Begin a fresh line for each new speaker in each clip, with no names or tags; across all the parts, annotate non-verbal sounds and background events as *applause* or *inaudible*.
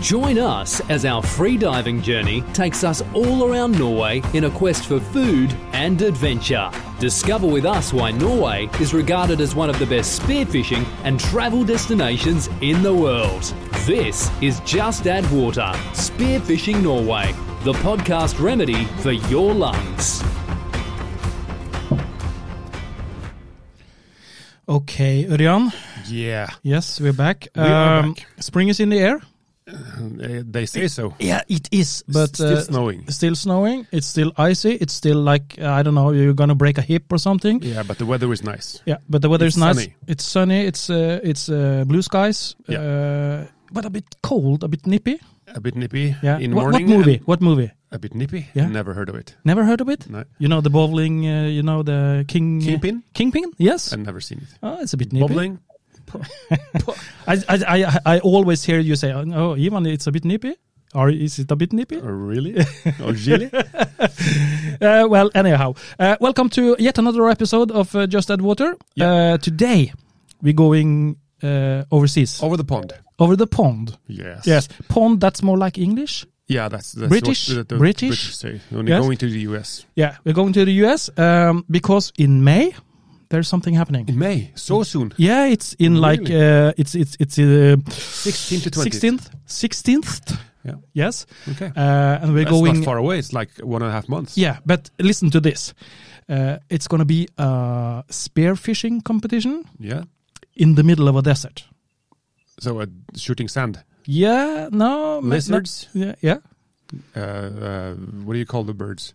Join us as our free diving journey takes us all around Norway in a quest for food and adventure. Discover with us why Norway is regarded as one of the best spearfishing and travel destinations in the world. This is Just Add Water Spearfishing Norway, the podcast remedy for your lungs.
Okay, Urian.
Yeah,
Yes, we're back.
We are
Um,
back.
Spring is in the air.
they, eh, they say so.
Yeah, it is, but
still
uh,
snowing.
still snowing. It's still icy. It's still like uh, I don't know. You're gonna break a hip or something.
Yeah, but the weather is nice.
Yeah, but the weather
It's
is nice.
sunny.
It's sunny. It's uh, it's uh, blue skies.
Yeah.
Uh, but a bit cold, a bit nippy.
A bit nippy
Yeah.
in
what,
morning.
what movie?
and-
What movie?
A bit nippy.
Yeah.
Never heard of it.
Never heard of it.
No,
You know the bowling. Uh, you know the king. uh,
Kingpin?
Kingpin. Yes.
I've never seen it.
oh, it's a bit nippy.
Bobbling.
I, I I I always hear you say, "Oh, Ivan, it's a bit nippy." Or is it a bit nippy?
Oh, really?
*laughs*
Oh, really?
Uh, well, anyhow, uh, welcome to yet another episode of uh, Just Add Water. Uh,
Yeah.
today, we're going uh, overseas,
Over the pond.
over the pond.
Oh. Yes.
Yes, pond. That's more like English.
Yeah, that's, that's
British?
What the, the
British?
say. Only
Yes.
going to the US
Yeah, we're going to the U.S. Um, because in May there's something happening.
in May.
Mm.
So soon.
Yeah, it's in like uh, it's it's it's uh,
16 to 20.
sixteenth, sixteenth.
Yeah.
Yes,
Okay.
uh, and we're
that's
going.
not far away. It's like one and a half months.
Yeah, but listen to this. Uh, it's going to be a spearfishing competition
Yeah.
in the middle of a desert.
So uh, shooting sand.
Yeah, no. ma-
Lizards?
no- yeah, yeah.
Uh, uh, what do you call the birds?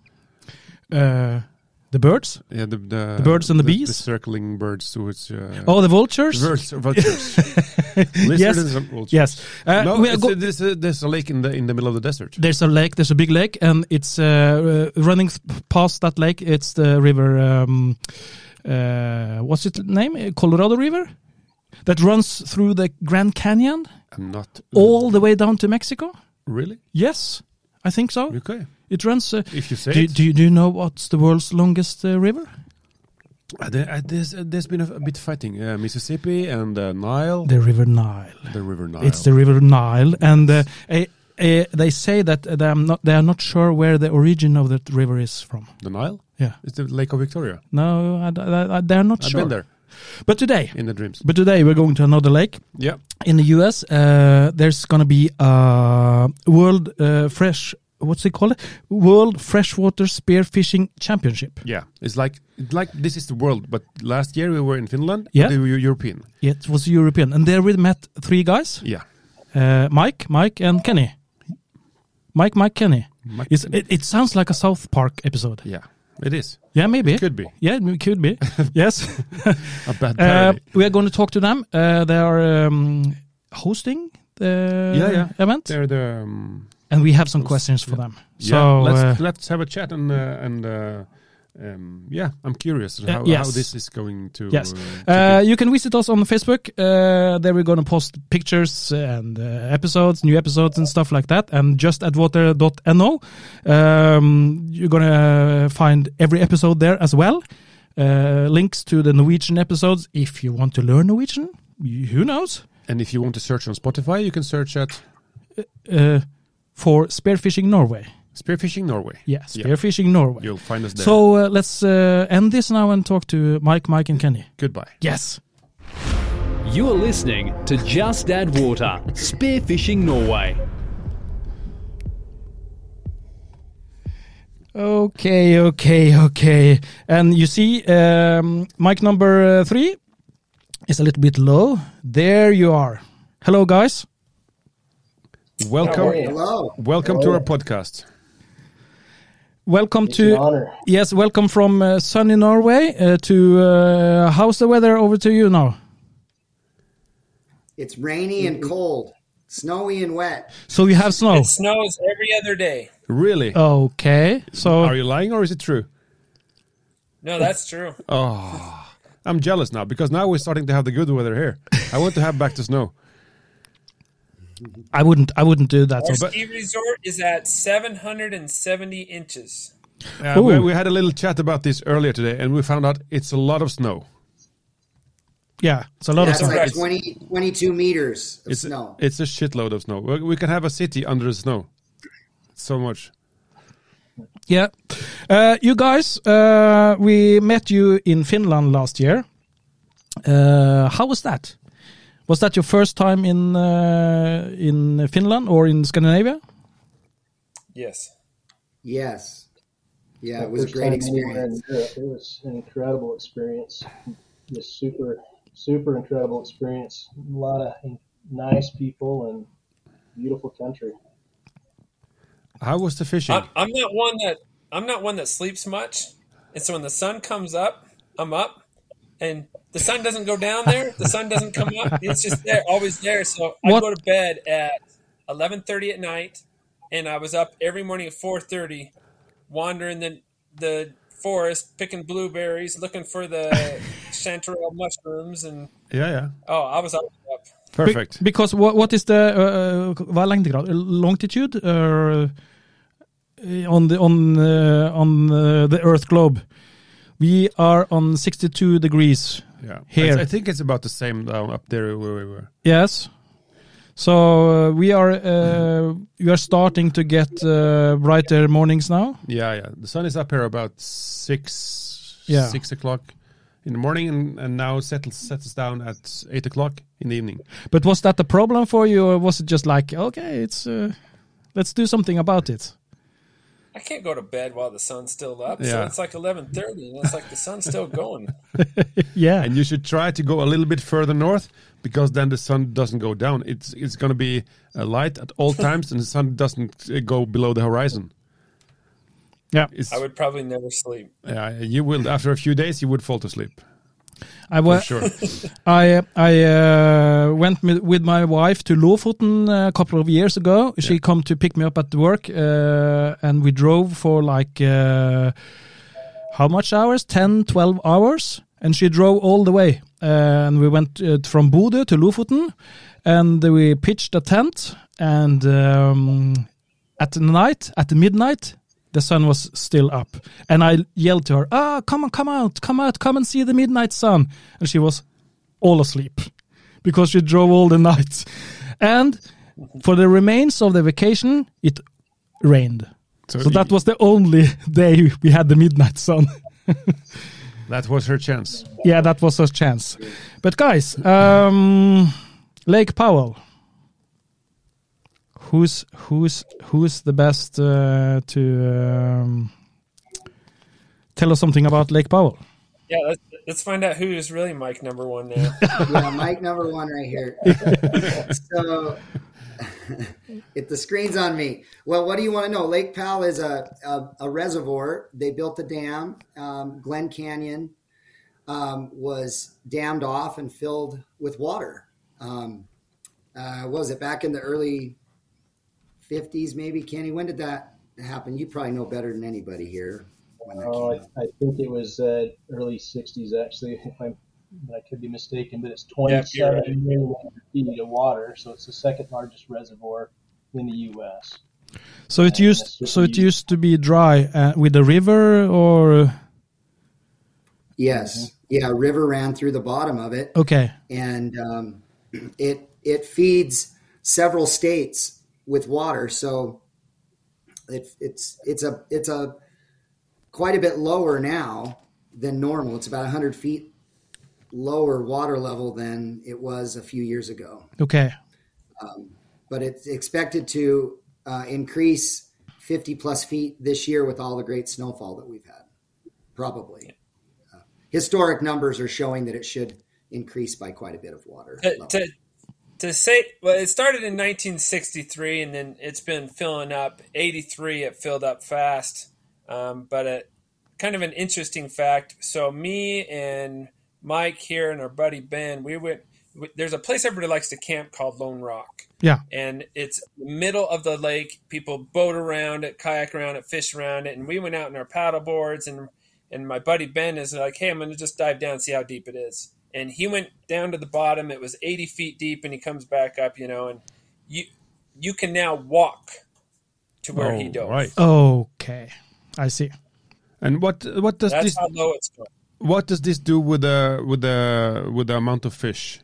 Uh, the birds?
Yeah, the, the,
The birds and the
The
bees?
circling birds. So it's, uh,
Oh, the vultures?
Vultures. vultures.
*laughs*
Lizard
Yes.
and some vultures.
Yes. Uh,
no,
we are
it's-
go-
there's, a, there's a lake in the in the middle of the desert.
there's a lake. There's a big lake, and it's uh, uh, running th- past that lake. It's the river. Um, uh, what's its name? Uh, Colorado River, that runs through the Grand Canyon
I'm not
all the way down to Mexico.
really
Yes, I think so.
okay.
It runs. Uh,
If you say
do,
it,
do, you- do you know what's the world's longest uh, river?
Uh, there, uh, there's uh, there's been a, a bit fighting uh, Mississippi and uh, Nile,
The River Nile.
the, River Nile.
It's the River Nile, and uh, eh, eh, they say that uh, they, are not, they are not sure where the origin of that river is from.
the Nile.
Yeah,
It's the Lake of Victoria.
no, I, I- I- they are not
I've
sure.
been there
But today,
in the dreams.
but today we're going to another lake
Yeah,
in the U.S. Uh, there's going to be a world uh, fresh. What's it called? World Freshwater Spearfishing Championship.
yeah. It's like it's like this is the world. But last year we were in Finland.
Yeah.
the Eu- European.
It was European, and there we met three guys:
Yeah,
uh, Mike, Mike, and Kenny. Mike, Mike, Kenny.
Mike-
It's, it, it sounds like a South Park episode.
yeah. It is.
Yeah, maybe.
Could be
Yeah, it could
*laughs*
be. yes.
a bad
Uh,
parody.
we are going to talk to them. Uh, they are um, hosting the
Yeah, yeah.
event,
They're the um,
and we have some questions for them. So,
yeah. Let's
uh,
let's have a chat and uh, and. Uh, um, yeah, I'm curious how, how
Uh, yes.
this is going to.
Yes.
uh, to
uh, you can visit us on Facebook. Uh, there we're going to post pictures and uh, episodes, new episodes, and stuff like that. And just at water.no, um, you're going to find every episode there as well. Uh, links to the Norwegian episodes if you want to learn Norwegian. Y- Who knows?
And if you want to search on Spotify, you can search at
uh, for Spearfishing Norway.
Spearfishing Norway.
Yeah,
Yeah.
Spearfishing Norway.
You'll find us there.
So uh, let's uh, end this now and talk to Mike, Mike, and Kenny.
goodbye.
Yes.
You are listening to Just Add Water Spearfishing Norway.
Okay, okay, okay. And you see, um, mic number uh, three is a little bit low. There you are. Hello, guys.
Welcome,
Hello.
welcome to our podcast.
Welcome
It's an
to
honor.
yes, welcome from uh, sunny Norway uh, to uh, how's the weather over to you now?
It's rainy and cold, snowy and wet.
So you have snow.
It snows every other day.
Really?
Uh, Okay. So
Are you lying or is it true?
No, that's true.
I'm jealous now because now we're starting to have the good weather here. I want to have back
*laughs*
to snow.
I wouldn't. I wouldn't do that.
Our
So-
ski resort is at 770 inches.
Uh, we,
Ooh.
we had a little chat about this earlier today, and we found out it's a lot of snow.
Yeah, it's a lot
That's
of snow.
like
Right.
20, 22 meters of
It's
snow.
it's a shitload of snow. We, we can have a city under the snow. So much.
Yeah. Uh, you guys, uh, we met you in Finland last year. Uh, how was that? Was that your first time in uh, in Finland or in Scandinavia?
Yes.
yes. Yeah,
My
it was a
first
great
time anywhere in
experience.
Europe. It was an incredible experience. Just super, super incredible experience. A lot of nice people and beautiful country.
How was the fishing?
I, I'm not one that I'm not one that sleeps much, and so when the sun comes up, I'm up, and the sun doesn't go down there. The sun doesn't come up. It's just there, always there. So I
What-
go to bed at 11:30 at night, and I was up every morning at 4:30, wandering the the forest, picking blueberries, looking for the chanterelle mushrooms, and
yeah, yeah.
oh, I was always up.
Perfect.
Be- because what what is the uh, uh, hva er lengdegrad? longitude or uh, on the on uh, on uh, the Earth globe? We are on 62 degrees.
yeah.
Here.
I, I think it's about the same down up there where we were.
Yes. So uh, we are uh, we are starting to get uh, brighter mornings now.
Yeah, yeah. The sun is up here about six,
Yeah.
six o'clock in the morning, and, and now settles settles down at eight o'clock in the evening.
But was that a problem for you, or was it just like okay, it's uh, let's do something about it?
I can't go to bed while the sun's still up. So
Yeah.
it's like 11:30, and it's like the sun's still going.
Yeah,
And you should try to go a little bit further north because then the sun doesn't go down. It's it's going to be uh, light at
*laughs*
all times, and the sun doesn't uh, go below the horizon.
yeah.
It's,
I would probably never sleep.
yeah, you will after a few days you would fall to sleep
I
for
wa-
*laughs*
sure.
I I uh, went mi- with my wife to Lofoten uh, a couple of years ago. She come to pick me up at work, uh, and we drove for like uh, how much hours? 10, 12 hours, and she drove all the way. Uh, and we went uh, from Bodø to Lofoten, and we pitched a tent. And um, at the night, at midnight, the sun was still up, and I yelled to her, "Ah, come on, come out, come out, come and see the midnight sun!" And she was all asleep because she drove all the *laughs* night. And for the remains of the vacation, it rained. So, that was the only *laughs* day we had the midnight sun. *laughs*
That was her chance.
yeah, that was our chance. But guys, um, Lake Powell. Who's who's who's the best uh, to um, tell us something about Lake Powell?
Yeah, let's, let's find out who is really Mike number one now.
yeah, Mike number one right here. so *laughs* if the screen's on me, well, what do you want to know? Lake Powell is a, a, a reservoir. They built the dam. Um, Glen Canyon um, was dammed off and filled with water. Um, uh, what was it back in the early 50s, maybe? Kenny, when did that happen? You probably know better than anybody here. When that
Oh,
came
I,
out.
I think it was uh, early '60s, actually. *laughs* If I'm, I could be mistaken, but it's
you're
27
right.
million feet of water, so it's the second largest reservoir in the U.S.
So it
Yeah,
used
that's what
so it
we-
used to be dry uh, with a river or
Yes.
Mm-hmm.
Yeah, a river ran through the bottom of it.
okay.
and um, it it feeds several states with water. So it, it's it's a it's a quite a bit lower now than normal. It's about hundred feet lower water level than it was a few years ago.
Okay.
But it's expected to uh, increase fifty plus feet this year with all the great snowfall that we've had. Probably, Uh, historic numbers are showing that it should increase by quite a bit of water.
to,
level.
to, to say, well, it started in 1963, and then it's been filling up. 83, it filled up fast. Um, but a, kind of an interesting fact. So me and Mike here and our buddy Ben, we went. we- There's a place everybody likes to camp called Lone Rock.
Yeah.
and it's the middle of the lake. People boat around it, kayak around it, fish around it, and we went out in our paddle boards and and my buddy Ben is like, "Hey, I'm going to just dive down and see how deep it is." And he went down to the bottom. It was 80 feet deep, and he comes back up, you know, and you you can now walk to where he
Oh,
dove.
right.
Okay. I see.
And what what does
That's
this
how low it's going.
what does this do with the with the with the amount of fish?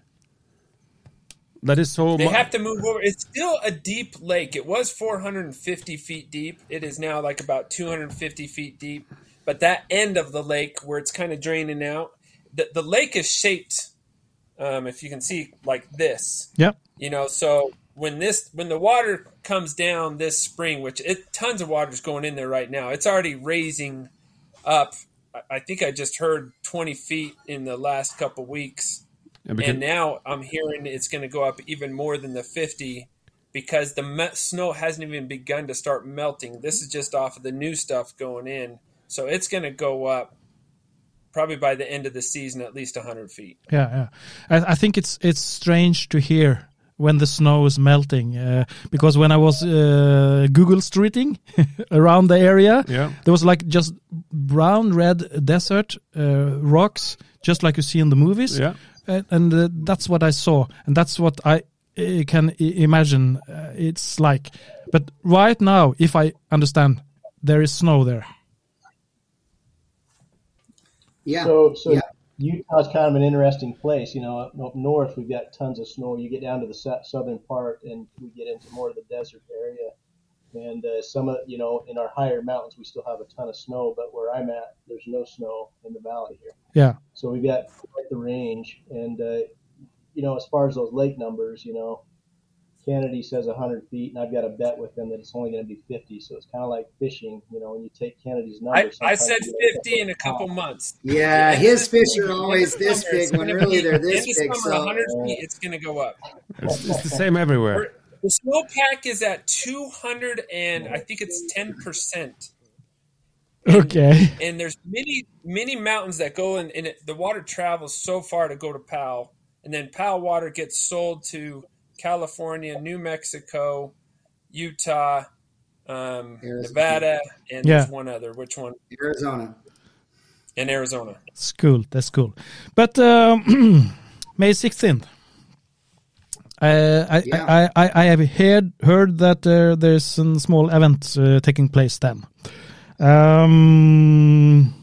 That is so.
They
mu-
have to move over. It's still a deep lake. It was 450 feet deep. It is now like about 250 feet deep. But that end of the lake where it's kind of draining out, the, the lake is shaped, um, if you can see, like this.
Yeah.
You know, so when this when the water comes down this spring, which it tons of water's going in there right now. It's already raising up. I- I think I just heard 20 feet in the last couple weeks
Yeah, because-
and now I'm hearing it's going to go up even more than the 50 because the me- snow hasn't even begun to start melting. This is just off of the new stuff going in, so it's going to go up probably by the end of the season at least 100 feet.
yeah, yeah. I, I think it's it's strange to hear when the snow is melting uh, because when I was uh, Google streeting *laughs* around the area,
Yeah.
there was like just brown red desert uh, rocks, just like you see in the movies.
Yeah.
and, and uh, that's what I saw, and that's what I uh, can I- imagine uh, it's like. But right now, if I understand, there is snow there.
Yeah.
So, so
yeah.
Utah's kind of an interesting place. You know, up, up north we've got tons of snow. You get down to the sou- southern part, and we get into more of the desert area. And uh, some of you know, in our higher mountains, we still have a ton of snow. But where I'm at, there's no snow in the valley here.
Yeah,
So we've got quite the range. And uh, you know, as far as those lake numbers, you know, Kennedy says 100 feet, and I've got a bet with him that it's only going to be 50. So it's kind of like fishing. You know, when you take Kennedy's number,
I, I
sometimes
said
you get
50 in a couple months.
Yeah, his fish are always
In the
Oh, this
summer, it's
big when
gonna
really
be-
they're
in
this
the
big.
summer,
So
100 feet, it's going to go up.
it's, it's the same everywhere.
The snowpack is at 200 and I think it's 10%.
okay,
and there's many many mountains that go in, and it, the water travels so far to go to Powell, and then Powell water gets sold to California, New Mexico, Utah, um,
Arizona.
Nevada, and
Yeah.
there's one other. Which one?
Arizona.
And Arizona.
that's cool. That's cool. But um, *clears throat* May sixteenth. Uh, I,
Yeah.
I, I, I have heard heard that uh, there's a small event uh, taking place then. Um,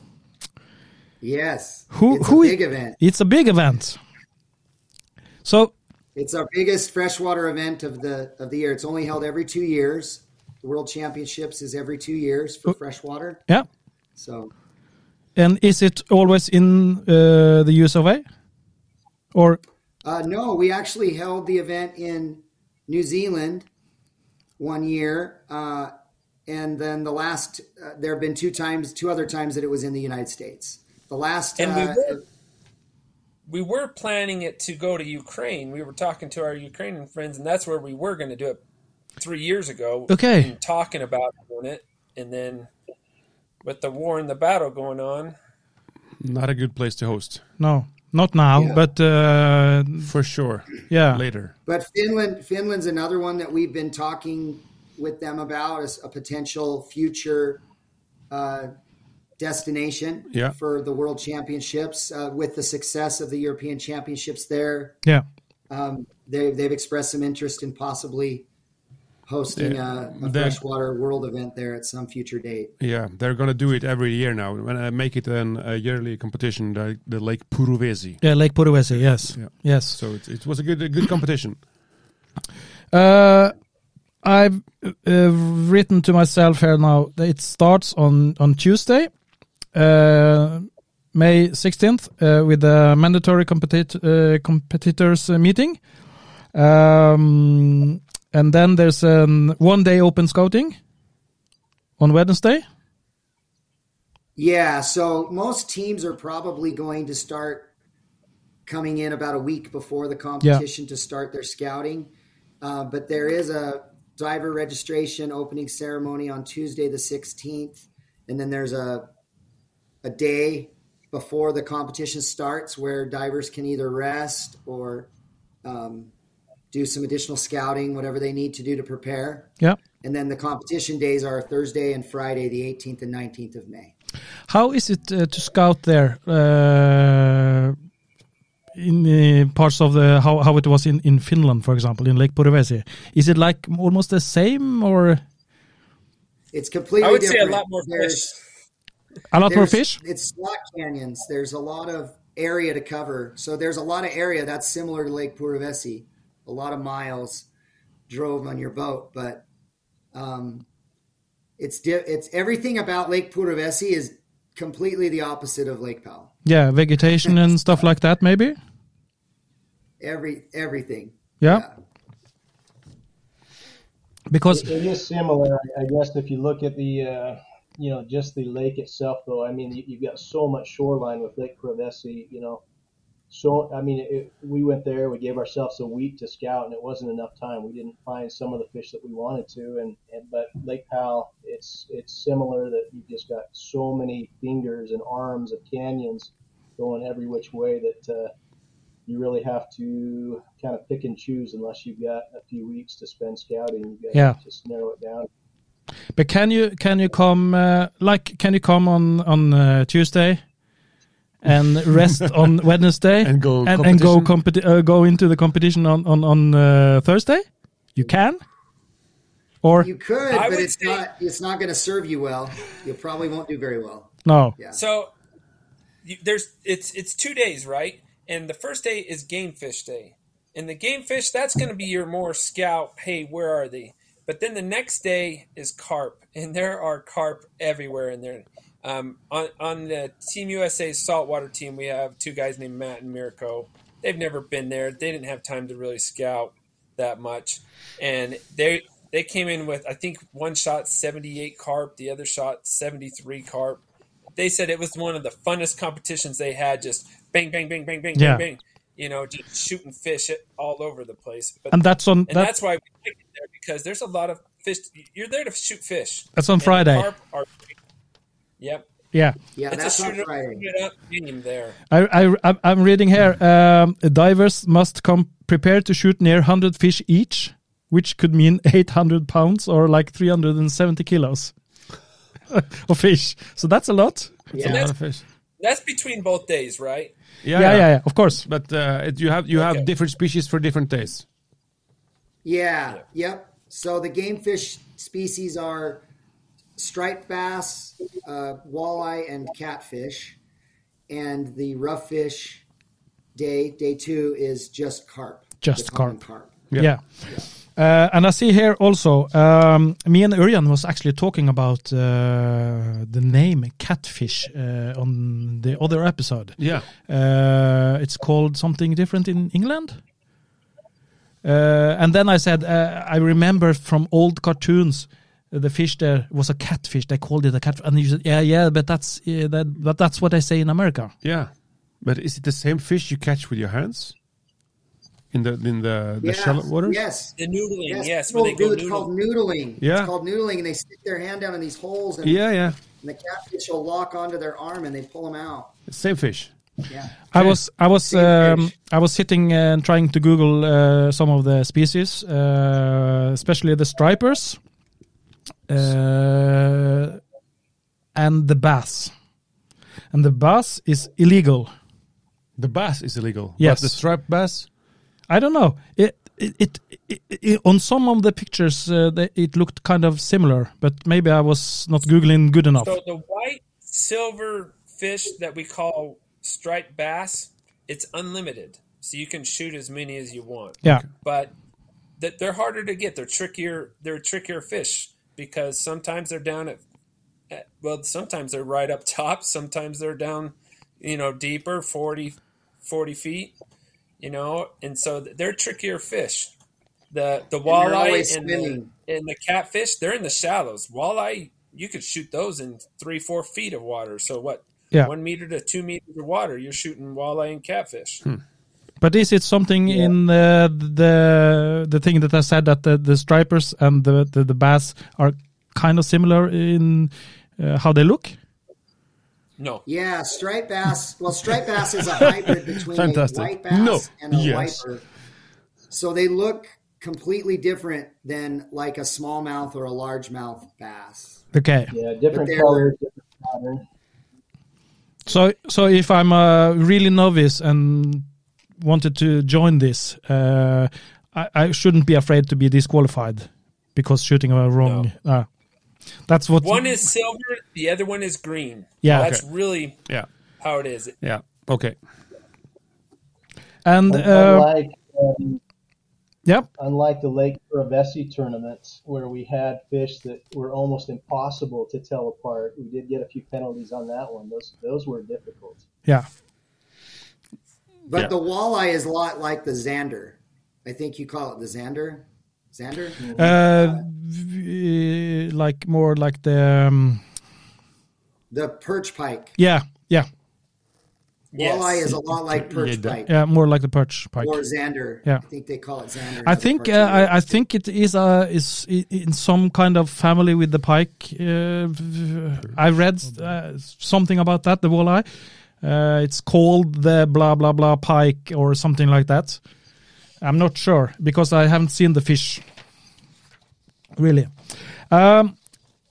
Yes.
Who-
it's
who-
a big event.
it's a big event. So
It's our biggest freshwater event of the of the year. It's only held every two years. The World Championships is every two years for freshwater.
yeah,
So
and is it always in uh, the US of A? Or
uh, no, we actually held the event in New Zealand one year, uh, and then the last uh, there have been two times, two other times that it was in the United States. The last
And we
uh,
were- We were planning it to go to Ukraine. We were talking to our Ukrainian friends, and that's where we were going to do it three years ago.
okay,
and talking about doing it, and then with the war and the battle going on,
Not a good place to host
no, not now,
Yeah.
but uh,
for sure.
yeah,
Later,
But Finland, Finland's another one that we've been talking with them about as a potential future uh, destination
Yeah.
for the World Championships. Uh, with the success of the European Championships there,
yeah,
um, they, they've expressed some interest in possibly hosting a, a
They're-
freshwater world event there at some future date.
yeah, they're gonna do it every year now. When I make it an, a yearly competition, the, the Lake Puruvesi.
yeah, Lake Puruvesi, yes,
Yeah.
yes.
So it, it was a good a good competition.
Uh, I've uh, written to myself here now. that It starts on on Tuesday, uh, May sixteenth, uh, with a mandatory competi- uh, competitors uh, meeting, um, and then there's a one day open scouting on Wednesday.
Yeah, so most teams are probably going to start coming in about a week before the competition to start their scouting. Uh, but there is a diver registration opening ceremony on Tuesday the 16th, and then there's a a day before the competition starts where divers can either rest or um, do some additional scouting, whatever they need to do to prepare.
Yeah.
And then the competition days are Thursday and Friday, the 18th and 19th of May.
How is it uh, to scout there? Uh, in uh, parts of the how, how it was in, in Finland, for example, in Lake Puruvesi, is it like almost the same or
It's completely
I would
different.
say a lot more fish.
There's-
A lot more
there's-
fish?
It's slot canyons. There's a lot of area to cover. So there's a lot of area that's similar to Lake Puruvesi. A lot of miles drove on your boat, but um, it's di- it's everything about Lake Puruvesi is completely the opposite of Lake Powell.
Yeah, vegetation and stuff like that, maybe.
Every everything.
Yeah,
Yeah.
because
It is similar, I guess, if you look at the, uh, you know, just the lake itself, though. I mean, you- you've got so much shoreline with Lake Prevesi, you know. So, I mean, it, we went there, we gave ourselves a week to scout, and it wasn't enough time. We didn't find some of the fish that we wanted to, and, and but Lake Powell, it's it's similar that you've just got so many fingers and arms of canyons going every which way that uh, you really have to kind of pick and choose unless you've got a few weeks to spend scouting. You've got
Yeah.
to just narrow it down.
but can you can you come uh, like can you come on on uh, Tuesday and rest on Wednesday
And go
and, and go
competition?
competi- uh, go into the competition on on on uh, Thursday? You can, or
You could,
I
but
would
it's
say-
not it's not going to serve you well. You probably won't do very well.
no?
Yeah.
So you, there's it's it's two days, right? And the first day is game fish day. And the game fish that's going to be your more scout. Hey, where are they? But then the next day is carp, *laughs* and there are carp everywhere in there. Um, on on the Team USA saltwater team, we have two guys named Matt and Mirko. They've never been there. They didn't have time to really scout that much, and they they came in with I think one shot seventy eight carp, the other shot seventy three carp they said it was one of the funnest competitions they had. Just bang, bang, bang, bang, bang,
Yeah.
bang, bang. You know, just shooting fish it- all over the place.
And
But and,
that's on
that's
that's
why we like it there because there's a lot of fish. You're there to shoot fish.
that's on
And
Friday.
carp are- yep,
Yeah.
Yeah,
it's
that's
a
on
shoot it,
Friday.
shoot it up game there.
I, I, I'm- I'm reading here. Um, divers must come prepared to shoot near 100 fish each, which could mean 800 pounds or like 370 kilos *laughs* of fish. So that's a lot.
A
Yeah.
lot of fish.
That's between both days, right?
Yeah, yeah, yeah. of course.
But uh, it, you have you have
Okay.
different species for different days.
Yeah. Yep. So the game fish species are striped bass, uh, walleye, and catfish. And the rough fish day, day two, is just carp.
Just
the common
carp.
carp.
Yeah. Uh, and I see here also, um, me and Urian was actually talking about uh, the name catfish uh, on the other episode.
Yeah.
Uh, it's called something different in England. Uh, and then I said, uh, I remember from old cartoons, uh, the fish there was a catfish. They called it a catfish, and you said, yeah, yeah, but that's uh, that, but that's what they say in America.
Yeah, but is it the same fish you catch with your hands in the in the, the
Yeah.
shallow waters?
Yes.
The noodling, yes,
people
where they
do,
go
it's called
noodling.
noodling.
Yeah.
It's called noodling, and they stick their hand down in these holes, and,
Yeah, yeah,
and the catfish will lock onto their arm, and they pull them out.
same fish.
Yeah.
I was I was
Same
um,
fish.
I was sitting and trying to Google uh, some of the species, uh, especially the stripers, uh, and the bass, and the bass is illegal.
The bass is illegal.
Yes.
but the striped bass.
I don't know. It it, it, it, it- on some of the pictures uh, they, it looked kind of similar, but maybe I was not googling good enough.
So the white silver fish that we call striped bass, it's unlimited. So you can shoot as many as you want.
yeah,
but that they're harder to get. They're trickier. They're trickier fish because sometimes they're down at, at well, sometimes they're right up *laughs* top. Sometimes they're down, you know, deeper 40, 40 feet. You know, and so th- they're trickier fish. The the
always
walleye and the,
swimming.
and the catfish, they're in the shallows. Walleye, you could shoot those in three four feet of water. So what?
Yeah.
One meter to two meters of water, you're shooting walleye and catfish.
but is it something in the, the the thing that I said that the, the stripers and the, the the bass are kind of similar in uh, how they look?
No,
Yeah, striped bass. Well, striped bass is a hybrid between
Fantastic.
a white bass
No.
and a
Yes.
wiper. So they look completely different than like a smallmouth or a largemouth bass.
Okay,
Yeah, different
they're-
colors, different pattern.
so so if I'm a really novice and wanted to join this, uh, I, I shouldn't be afraid to be disqualified because shooting a wrong. ah. that's what
One is silver, the other one is green.
Yeah.
that's
Okay.
really
Yeah.
how it is.
Yeah. Okay.
and uh,
unlike um,
yeah
unlike the Lake Ravesi tournaments where we had fish that were almost impossible to tell apart. We did get a few penalties on that one. Those those were difficult.
yeah
But
Yeah.
the walleye is a lot like the Xander. I think you call it the Xander. Xander?
uh, v- like more like the um,
The perch pike.
yeah yeah
Yes.
Walleye is a lot like perch pike
yeah more like the perch pike.
or Xander.
Yeah.
I think they call it Xander.
I think uh, I, I think it is uh, is i- in some kind of family with the pike. Uh, I read uh, something about that the walleye. Uh, it's called the blah blah blah pike or something like that. I'm not sure because I haven't seen the fish. Really, um,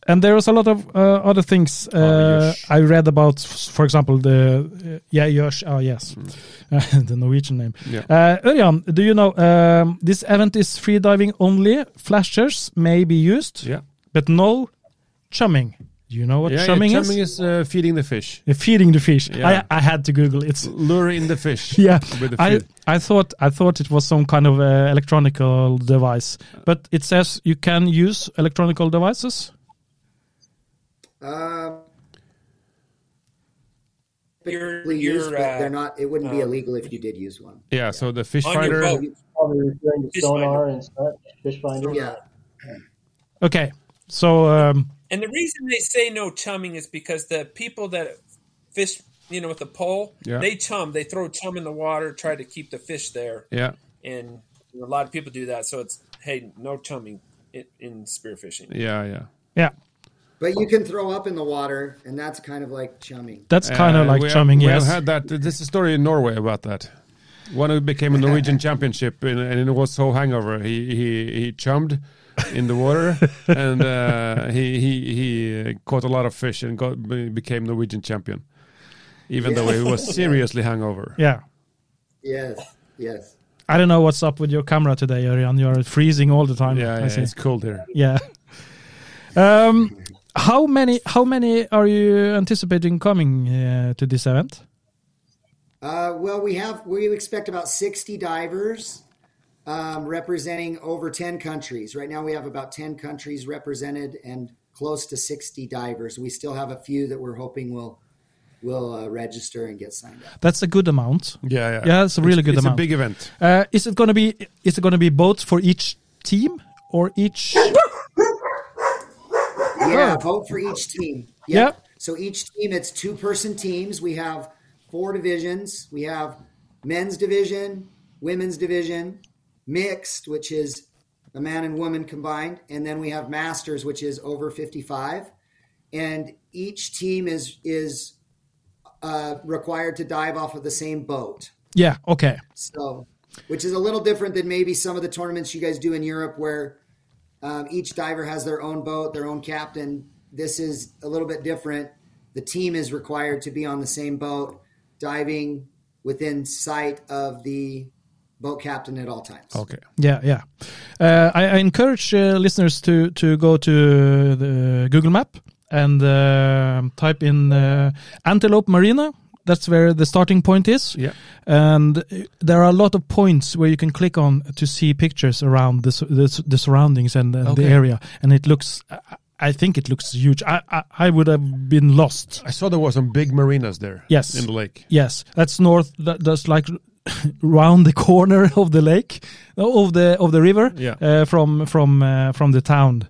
and there was a lot of uh, other things uh,
yes.
I read about. f- For example, the uh, yeah, Josh. Oh yes, *laughs* the Norwegian name.
Yeah.
Uh, Örjan, do you know um, this event is free diving only? Flashers may be used,
Yeah.
but no chumming. Do you know what
yeah,
chumming,
yeah,
is?
chumming is uh, feeding the fish,
Uh, Feeding the fish.
Yeah.
I, I had to Google it.
luring the fish.
*laughs* Yeah,
With the
I
feed.
I thought I thought it was some kind of uh, electronical device, but it says you can use electronical devices.
Um,
Your-
legally
your,
used, but
uh,
they're not. It wouldn't be illegal if you did use one.
Yeah. So the fish
On your
finder.
boat.
Probably referring to
Fish
sonar
finder.
and such. Fish finder.
Yeah,
Okay, so um,
And the reason they say no chumming is because the people that fish, you know, with the pole,
Yeah.
they chum. They throw chum in the water, try to keep the fish there.
Yeah.
And a lot of people do that. So it's, hey, no chumming in, in spearfishing.
Yeah. Yeah.
yeah,
but you can throw up in the water, and that's kind of like chumming.
that's kind of
Uh,
like
we
chumming.
Have,
Yes,
We have had that. There's a story in Norway about that. One who became a Norwegian championship and, and it was so hangover. He he he chummed in the
*laughs*
water and uh, he he he uh, caught a lot of fish and got be- became Norwegian champion, even though he
*laughs*
was seriously hangover.
yeah.
Yes, yes.
I don't know what's up with your camera today, Örjan. You're freezing all the time.
Yeah,
I
yeah,
see.
it's cold here.
yeah. Um, how many how many are you anticipating coming uh, to this event?
Uh, well, we have we expect about sixty divers um, representing over ten countries. Right now, we have about ten countries represented and close to sixty divers. We still have a few that we're hoping will will uh, register and get signed up.
That's a good amount.
Yeah, yeah,
Yeah, it's a really good
It's
amount.
a big event.
Uh, is it gonna be is it gonna be boats for each team or each?
Yeah, vote for each team.
Yep.
So each team, it's two person teams. We have four divisions. We have men's division, women's division, mixed, which is a man and woman combined, and then we have masters, which is over fifty five. And each team is is uh, required to dive off of the same boat.
Yeah. Okay.
So, which is a little different than maybe some of the tournaments you guys do in Europe, where um, each diver has their own boat, their own captain. This is a little bit different. The team is required to be on the same boat, diving within sight of the boat captain at all times.
Okay.
Yeah, yeah. Uh, I, I encourage uh, listeners to to go to the Google Map and uh, type in uh, Antelope Marina. That's where the starting point is.
Yeah.
And uh, there are a lot of points where you can click on to see pictures around the su- the, s- the surroundings and, and the
Okay.
area. And it looks, I- I think it looks huge. I, I I would have been lost.
I saw there was some big marinas there.
Yes.
In the lake.
Yes, that's north. That, that's like *laughs* round the corner *laughs* of the lake, of the of the river,
Yeah.
uh, from from uh, from the town.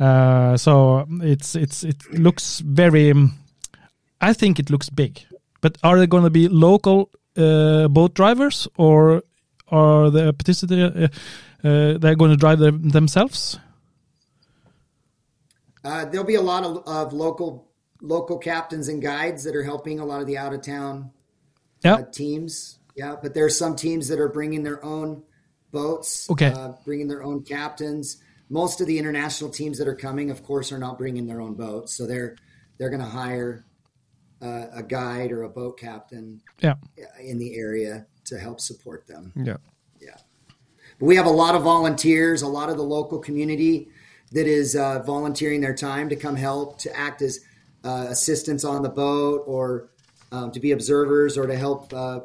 Uh, so it's it's it looks very. um, I think it looks big, but are there going to be local uh, boat drivers or are the participants uh, uh, they're going to drive them themselves?
Uh, there'll be a lot of, of local local captains and guides that are helping a lot of the out of town
Yeah.
uh, teams. Yeah, but there are some teams that are bringing their own boats.
Okay.
uh, bringing their own captains. Most of the international teams that are coming, of course, are not bringing their own boats, so they're they're going to hire uh, a guide or a boat captain
yeah.
in the area to help support them.
Yeah.
But we have a lot of volunteers, a lot of the local community that is uh, volunteering their time to come help, to act as uh, assistants on the boat, or um, to be observers, or to help uh,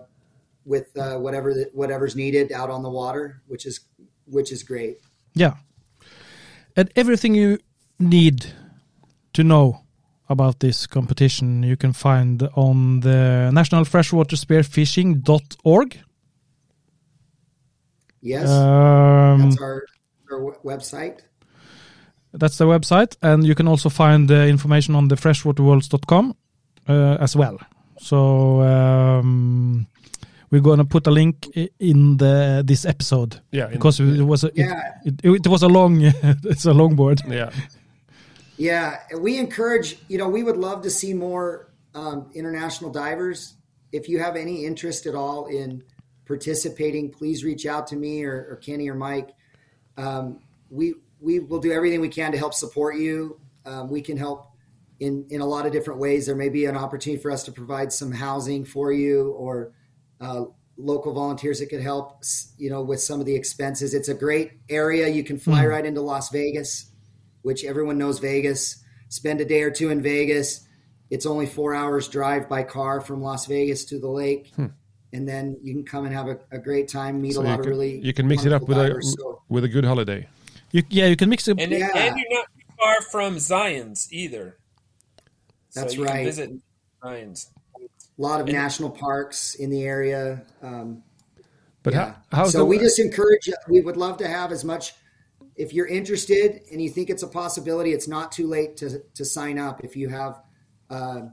with uh, whatever that, whatever's needed out on the water, which is which is great.
Yeah. And everything you need to know about this competition you can find on the National Freshwater Spearfishing.org.
Yes,
Um,
that's our, our w- website.
that's the website, and you can also find the information on the freshwaterworlds.com uh, as well. So um, we're going to put a link i- in the this episode.
Yeah, in-
because it was a, it,
Yeah.
it, it was a long *laughs* it's a long board.
Yeah.
Yeah, we encourage. You know, we would love to see more um, international divers. If you have any interest at all in participating, please reach out to me or, or Kenny or Mike. Um, we we will do everything we can to help support you. Um, we can help in in a lot of different ways. There may be an opportunity for us to provide some housing for you or uh, local volunteers that could help. s- You know, with some of the expenses. It's a great area. You can
Hmm.
fly right into Las Vegas which everyone knows Vegas. Spend a day or two in Vegas. It's only four hours drive by car from Las Vegas to the lake, and then you can come and have a, a great time, meet a
Hmm. So
lot
you,
of
can,
really
you can mix it up with
wonderful divers.
a
So,
with a good holiday.
You, yeah, you can mix it.
And,
Yeah.
and you're not too far from Zion's either.
That's
so you
right.
Can visit Zion's.
a lot of national parks in the area. Um,
But
yeah.
how, how's
so
the,
we just encourage. We would love to have as much. If you're interested and you think it's a possibility, it's not too late to to sign up. If you have uh,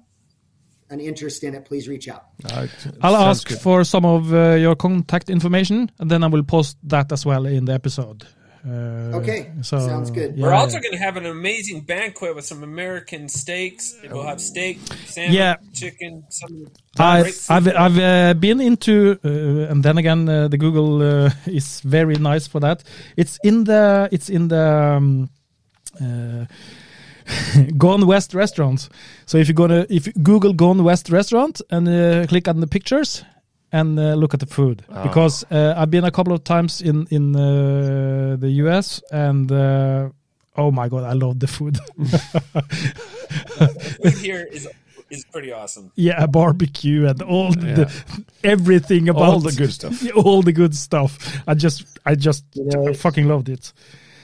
an interest in it, please reach out.
Ah, it- it
I'll
sounds
ask
good.
for some of uh, your contact information, and then I will post that as well in the episode. Uh,
Okay,
so,
sounds good.
We're
yeah.
also going to have an amazing banquet with some American steaks. We'll have steak, salmon,
Yeah.
chicken, some
I,
great seafood.
I've I've uh, been into uh, and then again uh, the Google uh, *laughs* is very nice for that. It's in the it's in the um, uh, *laughs* Gone West restaurants. So if you're gonna if you Google Gone West restaurant and uh, click on the pictures and uh, look at the food
Ah.
because uh, I've been a couple of times in in uh, the US and. Uh, Oh my god, I love the
*laughs*
food. *laughs*
food here is is pretty awesome.
yeah, barbecue and all
Yeah.
the, everything about
all the good stuff.
Yeah, *laughs* all the good stuff. I just, I just
know, it's-
fucking loved it.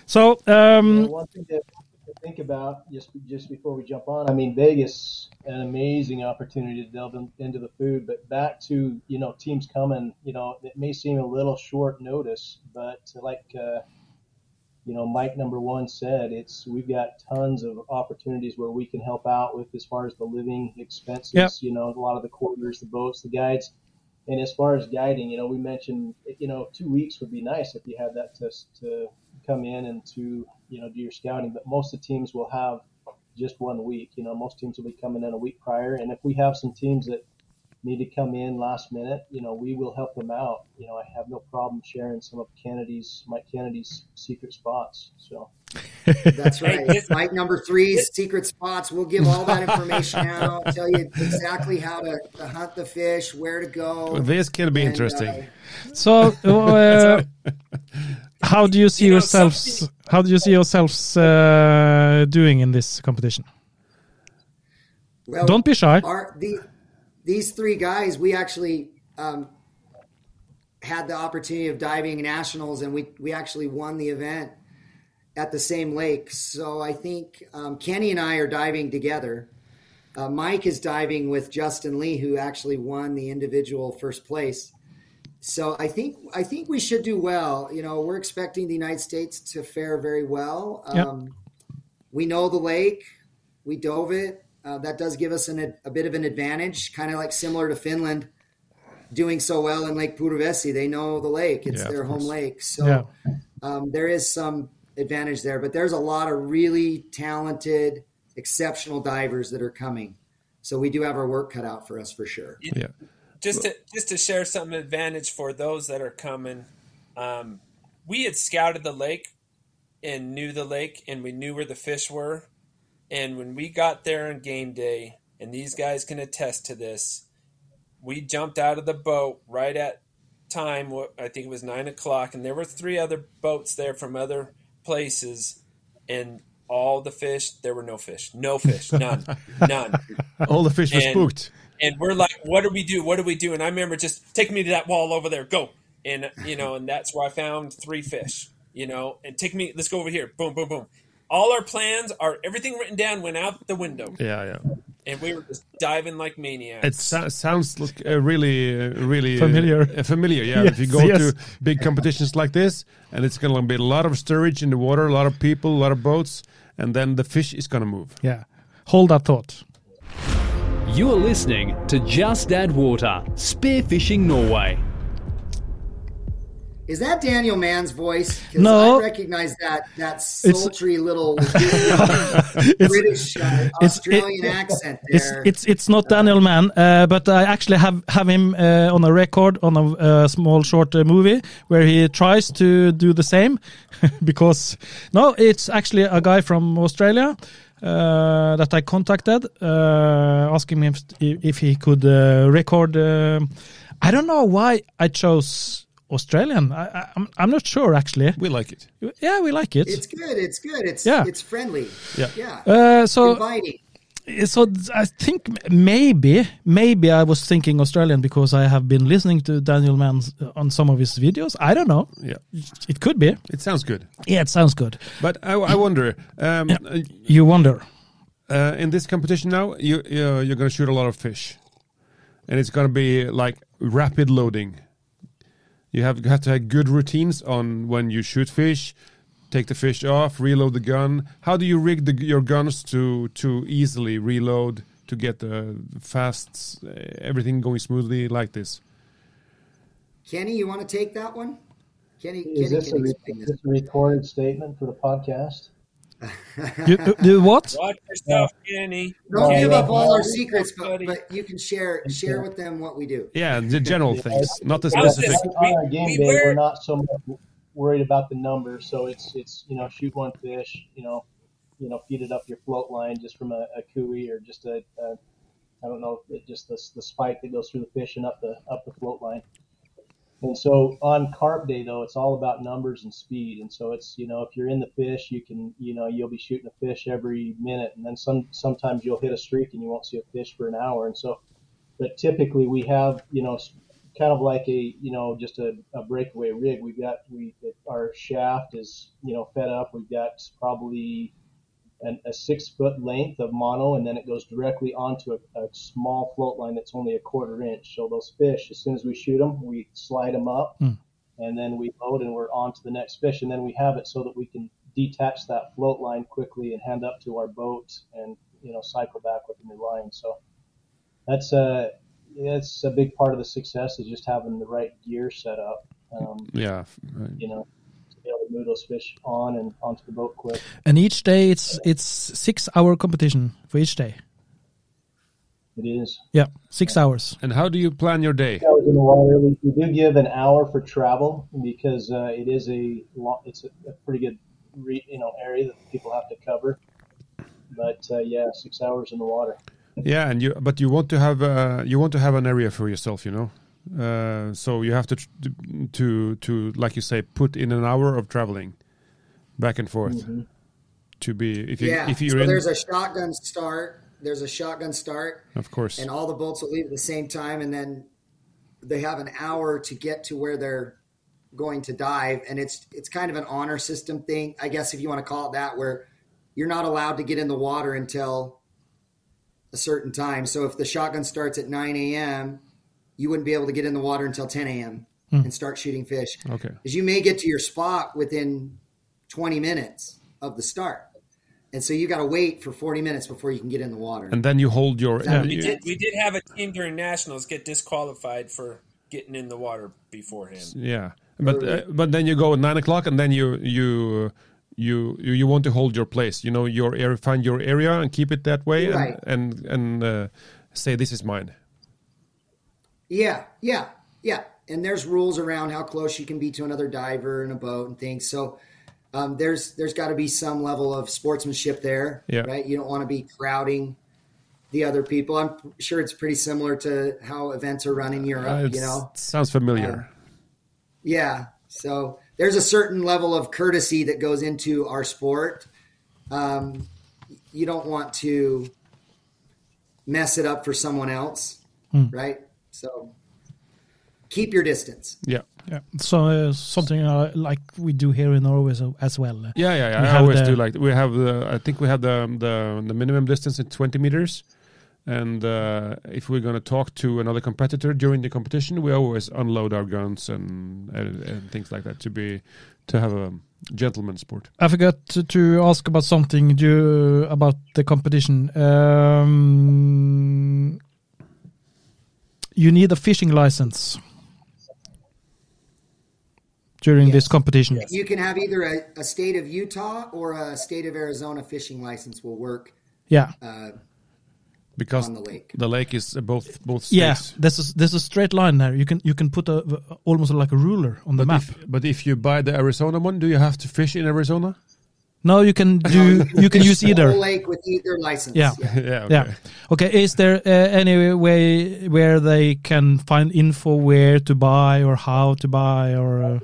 So, um,
And one thing to, to think about just just before we jump on, I mean, Vegas, an amazing opportunity to delve in, into the food. But back to you know teams coming, you know, it may seem a little short notice, but like uh, you know, Mike number one said, it's we've got tons of opportunities where we can help out with as far as the living expenses.
Yep.
You know, a lot of the quarters, the boats, the guides. And as far as guiding, you know, we mentioned, you know, two weeks would be nice if you had that to, to come in and to, you know, do your scouting. But most of the teams will have just one week. You know, most teams will be coming in a week prior. And if we have some teams that need to come in last minute, you know, we will help them out. You know, I have no problem sharing some of Kennedy's, Mike Kennedy's secret spots. So,
That's right.
this-
Mike number three, secret spots. We'll give all that information out. Tell you exactly how to, to hunt the fish, where to go.
This can be
And, uh,
interesting.
*laughs*
so uh, how do you see
You know,
yourselves?
something-
How do you see yourselves uh, doing in this competition?
well,
Don't be shy.
Our, the, these three guys, we actually um, had the opportunity of diving nationals, and we we actually won the event at the same lake. So I think um, Kenny and I are diving together. Uh, Mike is diving with Justin Lee, who actually won the individual first place. So I think I think we should do well. You know, we're expecting the United States to fare very well.
Yep.
Um, we know the lake. We dove it. Uh, that does give us an, ad- a bit of an advantage, kind of like similar to Finland doing so well in Lake Puruvesi. They know the lake; it's
Yeah,
their
of
home
course.
lake. So
Yeah.
um, there is some advantage there, but there's a lot of really talented, exceptional divers that are coming. So we do have our work cut out for us for sure.
Yeah.
just to just to share some advantage for those that are coming. Um, we had scouted the lake and knew the lake, and we knew where the fish were. And when we got there on game day, and these guys can attest to this, we jumped out of the boat right at time. wh- I think it was nine o'clock, and there were three other boats there from other places, and all the fish there were no fish no fish none none
All the fish were
And-
spooked.
and we're like what do we do what do we do and i remember just take me to that wall over there go and you know and that's where i found three fish you know and take me let's go over here boom boom boom all our plans are everything written down went out the window
Yeah, yeah.
and we were just diving like maniacs
It so- sounds like, uh, really, uh, really uh,
Familiar.
uh, familiar, yeah. if you
Yes,
go
yes.
to big competitions like this, and it's going to be a lot of storage in the water, a lot of people, a lot of boats, and then the fish is going to move.
Yeah. Hold that thought.
You are listening to Just Add Water, Spearfishing Norway.
Is that Daniel Mann's voice? 'Cause
No.
I recognize that that sultry
*laughs*
little British uh,
it's-
Australian
it-
accent
It's
there.
it's it's not Daniel Mann, uh, but I actually have have him uh, on a record on a uh, small short uh, movie where he tries to do the same, *laughs* because no, it's actually a guy from Australia uh, that I contacted, uh, asking him if, if he could uh, record. um I don't know why I chose Australian. I, I, I'm I'm not sure actually.
We like it.
Yeah, we like it.
it's good. It's good. It's
Yeah.
it's friendly.
Yeah.
Yeah.
uh, so
Inviting.
so th- I think m- maybe maybe I was thinking Australian because I have been listening to Daniel Mann uh, on some of his videos. I don't know.
Yeah,
It could be.
it sounds good.
Yeah, it sounds good.
But I, I wonder, um,
You wonder.
uh, in this competition now, you, uh, you're going to shoot a lot of fish, and it's going to be like rapid loading. You have, have to have good routines on when you shoot fish, take the fish off, reload the gun. How do you rig the, your guns to to easily reload to get the fast uh, everything going smoothly like this?
Kenny, you want to take that one? Kenny, Kenny
Is
can
this a, re-
explain
is
this.
this a recorded statement for the podcast?
You, uh, you
*laughs*
what?
watch yourself kenny
Don't
Yeah,
give
yeah.
up all our
Yeah.
secrets, but,
Buddy.
but you can share share with them what we do.
Yeah, the general things, not the
How's
specific.
this?
On on our
We-
game
we
day,
were-
we're not so much worried about the numbers. So it's it's you know shoot one fish, you know, you know feed it up your float line just from a, a cooey or just a, a I don't know it- just the, the spike that goes through the fish and up the up the float line. And so on carp day though, it's all about numbers and speed. And so it's you know if you're in the fish, you can you know you'll be shooting a fish every minute, and then some sometimes you'll hit a streak and you won't see a fish for an hour. And so, but typically we have you know s- kind of like a you know just a, a breakaway rig. We've got we our shaft is you know fed up. We've got probably an, a six foot length of mono, and then it goes directly onto a, a small float line that's only a quarter inch. So those fish, as soon as we shoot them, we slide them up, and then we load, and we're on to the next fish, and then we have it so that we can detach that float line quickly and hand up to our boat, and you know cycle back with a new line. So that's a that's a big part of the success is just having the right gear set up. Um,
Yeah, right.
you know. to Be able to move those fish on and onto the boat quick.
And each day it's it's six hour competition for each day.
It is.
Yeah, six hours.
And how do you plan your day?
hours in the water. We, we do give an hour for travel because uh, it is a lo- it's a, a pretty good re, you know area that people have to cover. But uh, yeah, six hours in the water.
Yeah, and you but you want to have uh, you want to have an area for yourself, you know. Uh, so you have to tr- to to like you say, put in an hour of traveling back and forth to be if you
Mm-hmm. Yeah.
if
so
you're
there's
in,
a shotgun start. There's a shotgun start,
of course.
and all the boats will leave at the same time, and then they have an hour to get to where they're going to dive, and it's it's kind of an honor system thing, I guess, if you want to call it that, where you're not allowed to get in the water until a certain time. So if the shotgun starts at 9 a.m., you wouldn't be able to get in the water until 10 a.m. and start shooting fish.
Hmm. Okay.
Because you may get to your spot within 20 minutes of the start. And so you got to wait for 40 minutes before you can get in the water.
And then you hold your
Yeah.
we
you-
did, we did have a team during nationals get disqualified for getting in the water beforehand
yeah. But uh, but then you go at nine o'clock, and then you you. You, you you want to hold your place, you know your area, find your area and keep it that way,
Right.
and and, and uh, say this is mine.
Yeah, yeah, yeah. And there's rules around how close you can be to another diver and a boat and things. So um, there's there's got to be some level of sportsmanship there,
Yeah.
right? You don't want to be crowding the other people. I'm sure it's pretty similar to how events are run in Europe.
Uh, it's-
you know,
sounds familiar.
yeah. So there's a certain level of courtesy that goes into our sport um, you don't want to mess it up for someone else, right? So keep your distance.
Yeah.
Yeah. So uh, something uh, like we do here in Norway so, as well.
Yeah, yeah,
We
yeah. I
have
always
the-
do like we have the. I think we have the the the minimum distance at twenty meters, and uh, if we're gonna talk to another competitor during the competition, we always unload our guns and and, and things like that to be to have a gentleman sport.
I forgot to, to ask about something due uh, about the competition. Um, you need a fishing license during this competition.
You can have either a, a state of Utah or a state of Arizona fishing license will work
Yeah.
Because
On the lake.
the lake is both both
yeah.
states.
There's a, there's a straight line there. You can you can put a almost like a ruler on the map.
But if you buy the Arizona one, do you have to fish in Arizona? *laughs*
No, you can do you can use
the
either.
whole lake with either license. *laughs*
Yeah.
yeah. Okay.
Yeah. Okay. Is there uh, any way where they can find info where to buy or how to buy or? Uh,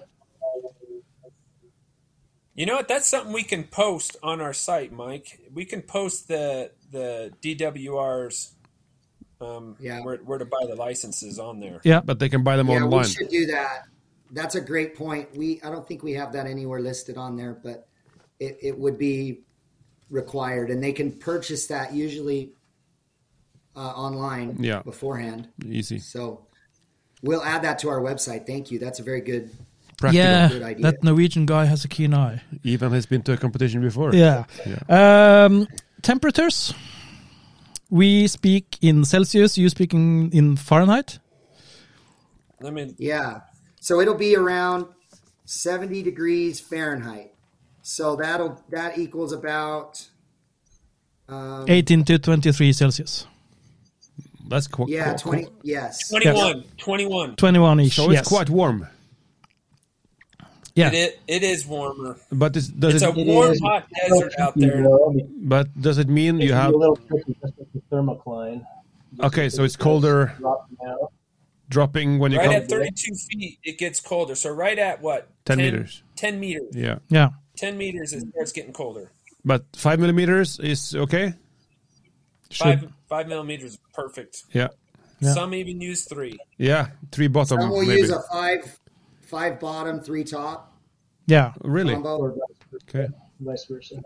You know what? That's something we can post on our site, Mike. We can post the the DWRs. Um,
Yeah.
where, where to buy the licenses on there.
yeah.
But they can buy them
Yeah, we
online.
should do that. That's a great point. We I don't think we have that anywhere listed on there, but it, it would be required, and they can purchase that usually uh, online
Yeah.
beforehand.
Easy.
So we'll add that to our website. Thank you. That's a very good.
Practical.
Good
Yeah,
idea.
that Norwegian guy has a keen eye.
Ivan has been to a competition before.
Yeah. Um, temperatures. We speak in Celsius. You speak in, in Fahrenheit.
Let me.
Yeah. So it'll be around seventy degrees Fahrenheit. So that'll that equals about um,
Eighteen to twenty-three Celsius.
That's quite
yeah twenty yes
21. 21.
Twenty-one ish.
So
yes.
it's quite warm.
Yeah.
It, i- it is warmer.
But is, does
It's
it
a warm, hot desert out there.
But does it mean you
you
have
a little tricky just with the thermocline.
okay? So it's colder
Drop now.
dropping when you
Right
come.
at 32 feet, it gets colder. So right at what?
10 meters.
10 meters.
Yeah,
Yeah.
10 meters is where it's getting colder.
but five millimeters is okay.
Should-
Five, five millimeters is perfect.
Yeah,
Some even use three.
yeah, three bottom.
and we'll
maybe.
use a five five bottom three top
yeah.
really
combo.
okay.
Vice versa.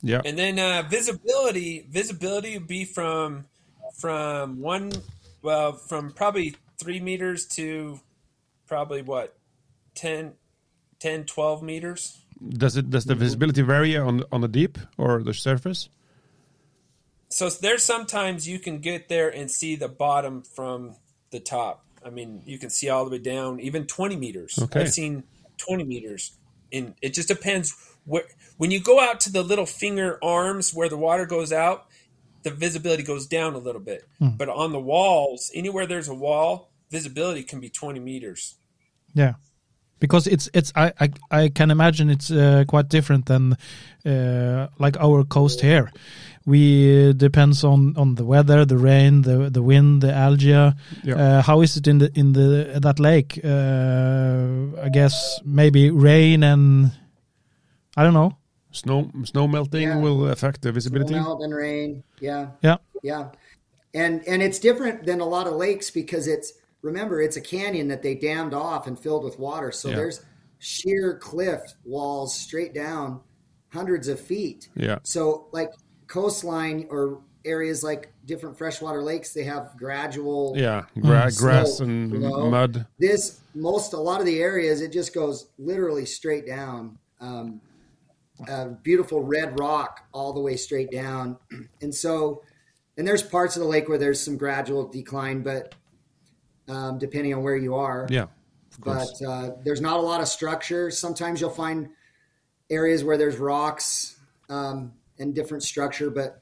Yeah,
And then uh, visibility, visibility would be from from one, well, from probably three meters to probably what, 10, 10 12 meters.
does it does the visibility vary on on the deep or the surface?
So there's sometimes you can get there and see the bottom from the top. I mean, you can see all the way down, even 20 meters.
Okay.
I've seen 20 meters, and it just depends where. When you go out to the little finger arms where the water goes out, the visibility goes down a little bit. But on the walls, anywhere there's a wall, visibility can be 20 meters.
Yeah, because it's it's I I, I can imagine it's uh, quite different than uh, like our coast here. We uh, depends on on the weather, the rain, the the wind, the algae.
Yeah.
Uh, how is it in the in the that lake? Uh, I guess maybe rain and I don't know.
Snow snow melting
Yeah.
will affect the visibility.
Melt and rain. Yeah,
Yeah,
yeah. And and it's different than a lot of lakes because it's remember it's a canyon that they dammed off and filled with water. So
Yeah.
there's sheer cliff walls straight down hundreds of feet.
Yeah.
So like coastline or areas like different freshwater lakes, they have gradual
Yeah, gra- grass
slope,
and
Mm. you know?
mud.
This most a lot of the areas it just goes literally straight down. Um, uh, beautiful red rock all the way straight down, *clears throat* and so and there's parts of the lake where there's some gradual decline, but um, depending on where you are,
Yeah,
but uh, there's not a lot of structure. Sometimes you'll find areas where there's rocks um, and different structure, but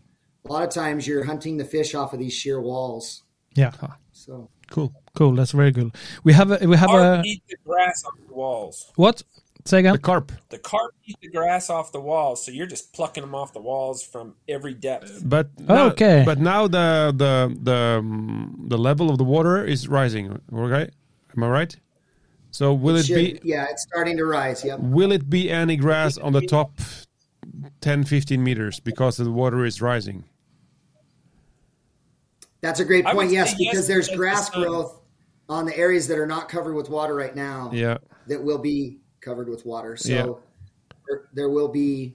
a lot of times you're hunting the fish off of these sheer walls.
yeah.
So
Ah, cool. E
Cool. That's very cool. We have a, we have
Carp
a
eat the grass off the walls.
what? Say again.
The carp,
The carp eat the grass off the walls, so you're just plucking them off the walls from every depth.
but now,
Oh, Okay.
But now the the the um, the level of the water is rising. Okay, am I right? So will it,
should-
be
yeah, it's starting to rise. Yep.
Will it be any grass on the top 10, 15 meters because the water is rising.
That's a great
I would
point.
say
Yes,
yes
because there's
because
grass
the sun-
growth on the areas that are not covered with water right now.
Yeah.
that will be covered with water. So
Yeah. Mm-hmm.
there, there will be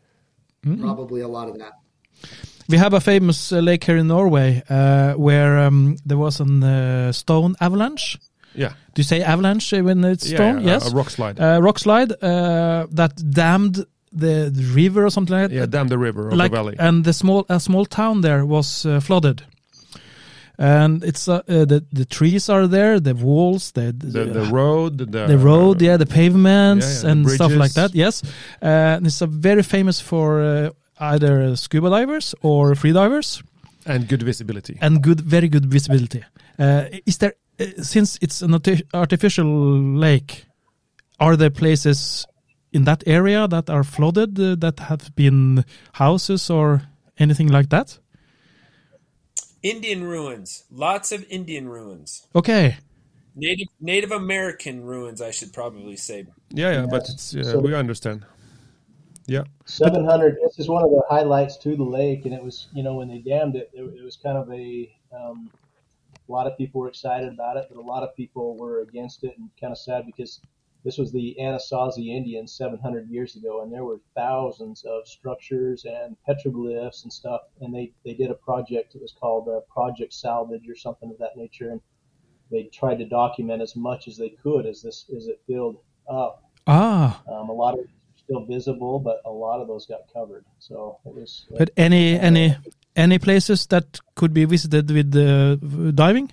probably a lot of that.
We have a famous uh, lake here in Norway uh, where um, there was an uh, stone avalanche.
Yeah.
Do you say avalanche uh, when it's
Yeah,
stone?
yeah, a-
yes.
a rock slide.
Uh, rock slide uh, that dammed the the river or something like that.
Yeah, down the river or
like, uh,
the valley.
And the small a small town there was uh, flooded. And it's uh, uh, the the trees are there, the walls, the
the, the road, the,
the road, yeah, the pavements
yeah, the
and stuff like
bridges.
that. Yes, uh, and it's a very famous for uh, either scuba divers or freedivers
and good visibility.
and good, very good visibility. Uh, is there uh, since it's an arti- artificial lake? Are there places in that area that are flooded uh, that have been houses or anything like that?
Indian ruins, lots of Indian ruins,
Okay,
Native Native American ruins, I should probably say.
yeah, yeah, but it's, yeah,
So-
we understand. Yeah,
700 this is one of the highlights to the lake and it was you know when they dammed it it, it was kind of a um, a lot of people were excited about it but a lot of people were against it and kind of sad because this was the Anasazi Indians 700 years ago and there were thousands of structures and petroglyphs and stuff and they they did a project that was called uh, project salvage or something of that nature and they tried to document as much as they could as this as it filled up
ah,
um, a lot of it was still visible, but a lot of those got covered. So it was. uh,
but any any any places that could be visited with uh, diving?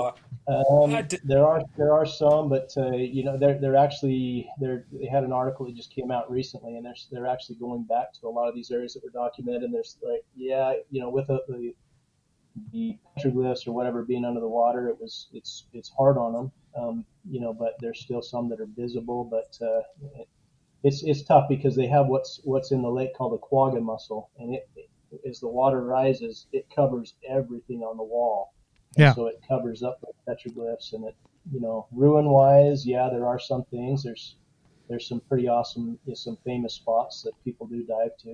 Lot.
um,
I did-
there are there are some, but uh, you know they're they're actually they're they had an article that just came out recently, and they're they're actually going back to a lot of these areas that were documented, and there's like yeah, you know with the the, the petroglyphs or whatever being under the water, it was it's it's hard on them, um, you know, but there's still some that are visible, but uh, it, it's it's tough because they have what's what's in the lake called the quagga mussel, and it, it as the water rises, it covers everything on the wall. And
Yeah.
So it covers up the petroglyphs and it, you know, ruin wise, yeah, there are some things. There's there's some pretty awesome, you know, some famous spots that people do dive to,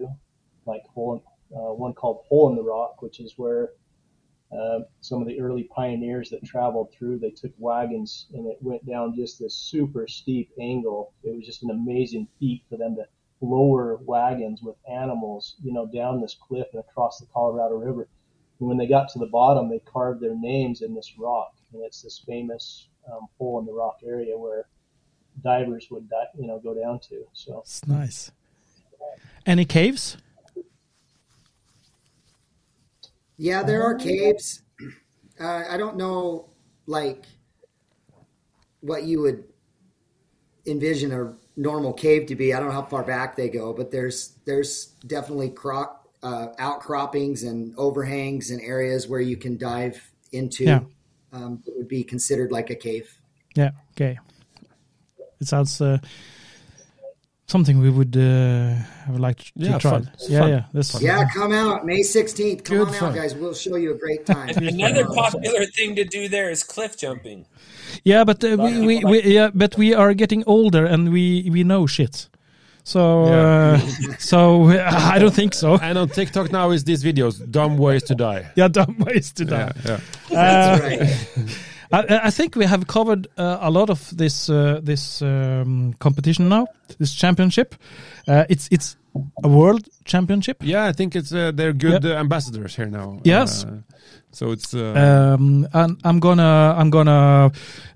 like hole in, uh, one called Hole in the Rock, which is where uh, some of the early pioneers that traveled through, they took wagons and it went down just this super steep angle. It was just an amazing feat for them to lower wagons with animals, you know, down this cliff and across the Colorado River. And when they got to the bottom, they carved their names in this rock, and it's this famous um, hole in the rock area where divers would, di- you know, go down to. So
It's nice. Any caves?
Yeah, there
Oh,
are caves. Uh, I don't know, like, what you would envision a normal cave to be. I don't know how far back they go, but there's there's definitely croc, uh, outcroppings and overhangs and areas where you can dive into.
Yeah.
Um, that would be considered like a cave.
Yeah. Okay. It sounds uh, something we would uh, I would like to, to
Yeah,
try.
fun.
Yeah,
Fun.
yeah. That's,
Yeah, come out May 16th. Come
Good
on out,
fun.
guys. We'll show you a great time.
Another
Um,
popular thing to do there is cliff jumping.
yeah. But uh, we, we, we yeah, but we are getting older and we we know shit. So
Yeah.
uh, so *laughs* uh, I don't think so. *laughs*
and on TikTok now is these videos, dumb ways to die.
Yeah, dumb ways to die. Uh,
Yeah, yeah.
*laughs* That's right.
I, I think we have covered uh, a lot of this uh, this um, competition now. This championship, uh, it's it's a world championship.
Yeah, I think it's uh, they're good uh, ambassadors here now.
Yes.
Uh, so it's uh,
um, and I'm gonna I'm gonna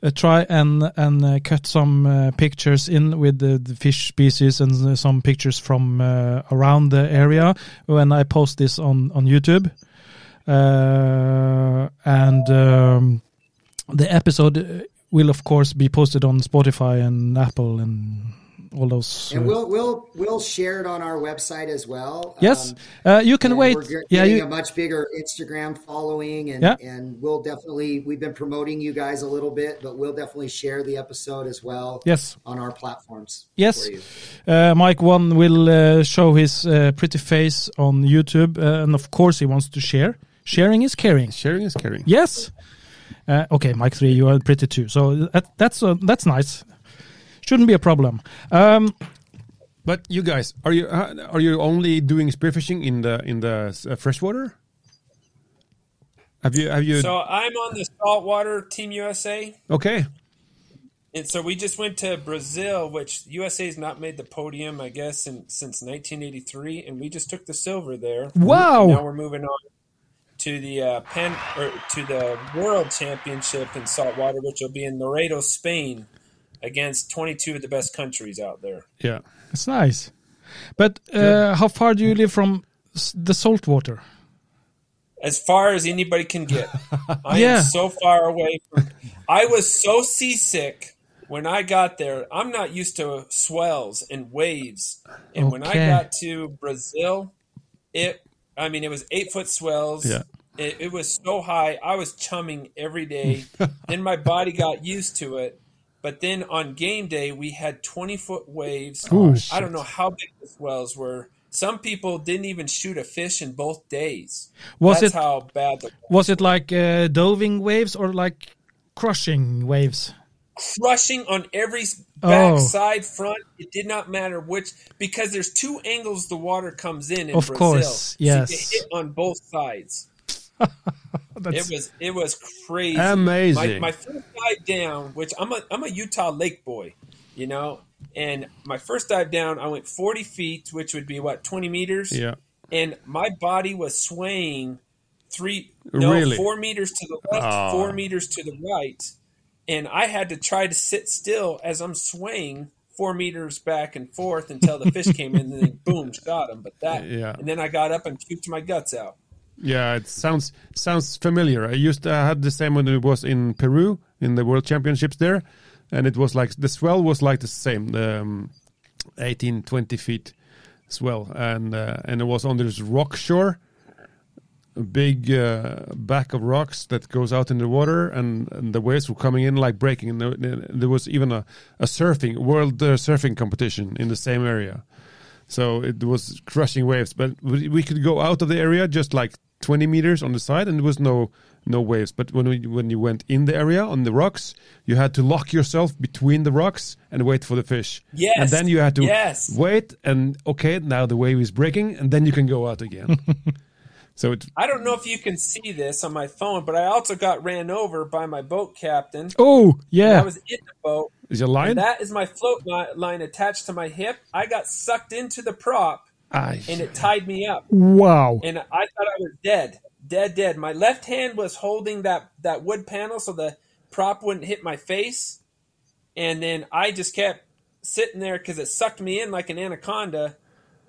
uh, try and and uh, cut some uh, pictures in with the, the fish species and uh, some pictures from uh, around the area when I post this on on YouTube. Uh, and um, the episode uh, will of course be posted on Spotify and Apple and all those.
And
uh,
we'll we'll we'll share it on our website as well.
yes,
Um,
uh, you can
and
wait.
We're get-
Yeah,
getting
you,
a much bigger Instagram following, and
Yeah.
and we'll definitely we've been promoting you guys a little bit, but we'll definitely share the episode as well.
yes.
on our platforms.
Yes.
for you.
Uh, Mike One will uh, show his uh, pretty face on YouTube, uh, and of course he wants to share. Sharing is caring.
sharing is caring.
Yes. Uh, okay, Mike Three, you are pretty too. So that, that's uh, that's nice. Shouldn't be a problem. Um,
But you guys, are you uh, are you only doing spearfishing in the in the uh, freshwater? Have you have you
So I'm on the saltwater Team USA,
okay?
and so we just went to Brazil, which USA has not made the podium, I guess, in, since 1983, and we just took the silver there.
Wow.
Now we're moving on to the uh, pen or to the World Championship in saltwater, which will be in Laredo, Spain, against 22 of the best countries out there.
Yeah,
It's nice. But uh, how far do you live from s- the salt water?
as far as anybody
*laughs*
can get. I
Yeah.
am so far away. From, I was so seasick when I got there. I'm not used to swells and waves. And when I
Okay.
got to Brazil, it, I mean, it was eight foot swells.
Yeah.
It, it was so high. I was chumming every
*laughs*
day. then my body got used to it. But then on game day, we had 20 foot waves.
Oh,
I don't know how big the swells were. Some people didn't even shoot a fish in both days.
Was
That's
it
how bad the
was it like uh, diving waves or like crushing waves?
crushing on every s-
Oh.
back, side, front. It did not matter which because there's two angles the water comes in. in
Of
Brazil,
course,
so you get
yes.
hit on both sides.
*laughs* That's,
It was it was crazy.
Amazing.
My, my first dive down, which I'm a I'm a Utah lake boy, you know, and my first dive down, I went 40 feet, which would be what 20 meters.
yeah.
and my body was swaying three no
Really?
four meters to the left
Ah.
four meters to the right and i had to try to sit still as i'm swaying four meters back and forth until the fish came in and then *laughs* boom shot him but that
Yeah.
and then i got up and puked my guts out
Yeah, it sounds sounds familiar. I used I had the same when it was in Peru in the World Championships there, and it was like the swell was like the same, the um, 18, 20 feet swell, and uh, and it was on this rock shore, a big uh, back of rocks that goes out in the water, and, and the waves were coming in like breaking, and there, there was even a, a surfing world uh, surfing competition in the same area. So it was crushing waves, but we we could go out of the area just like 20 meters on the side, and there was no no waves. But when we, when you went in the area on the rocks, you had to lock yourself between the rocks and wait for the fish.
Yes.
and then you had to
Yes.
wait and okay, now the wave is breaking, and then you can go out again. so it
i don't know if you can see this on my phone but i also got ran over by my boat captain
oh
i
yeah,
was in the boat
is your line.
and that is my float li- line attached to my hip i got sucked into the prop
Aye.
and it tied me up
wow.
and I thought I was dead, dead, dead. My left hand was holding that that wood panel so the prop wouldn't hit my face, and then I just kept sitting there because it sucked me in like an anaconda,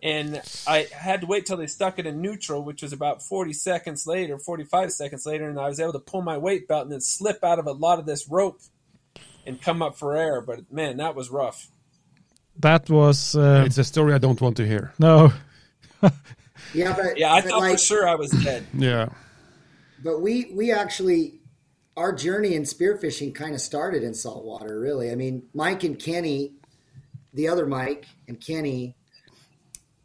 and I had to wait till they stuck it in neutral, which was about forty seconds later, forty five seconds later, and I was able to pull my weight belt and then slip out of a lot of this rope and come up for air. But man, that was rough.
That was uh,
it's a story I don't want to hear.
no.
Yeah, but
Yeah, I
but
thought
like,
for sure I was dead.
Yeah,
But we we actually our journey in spearfishing kind of started in saltwater, really. I mean, Mike and Kenny, the other Mike and Kenny,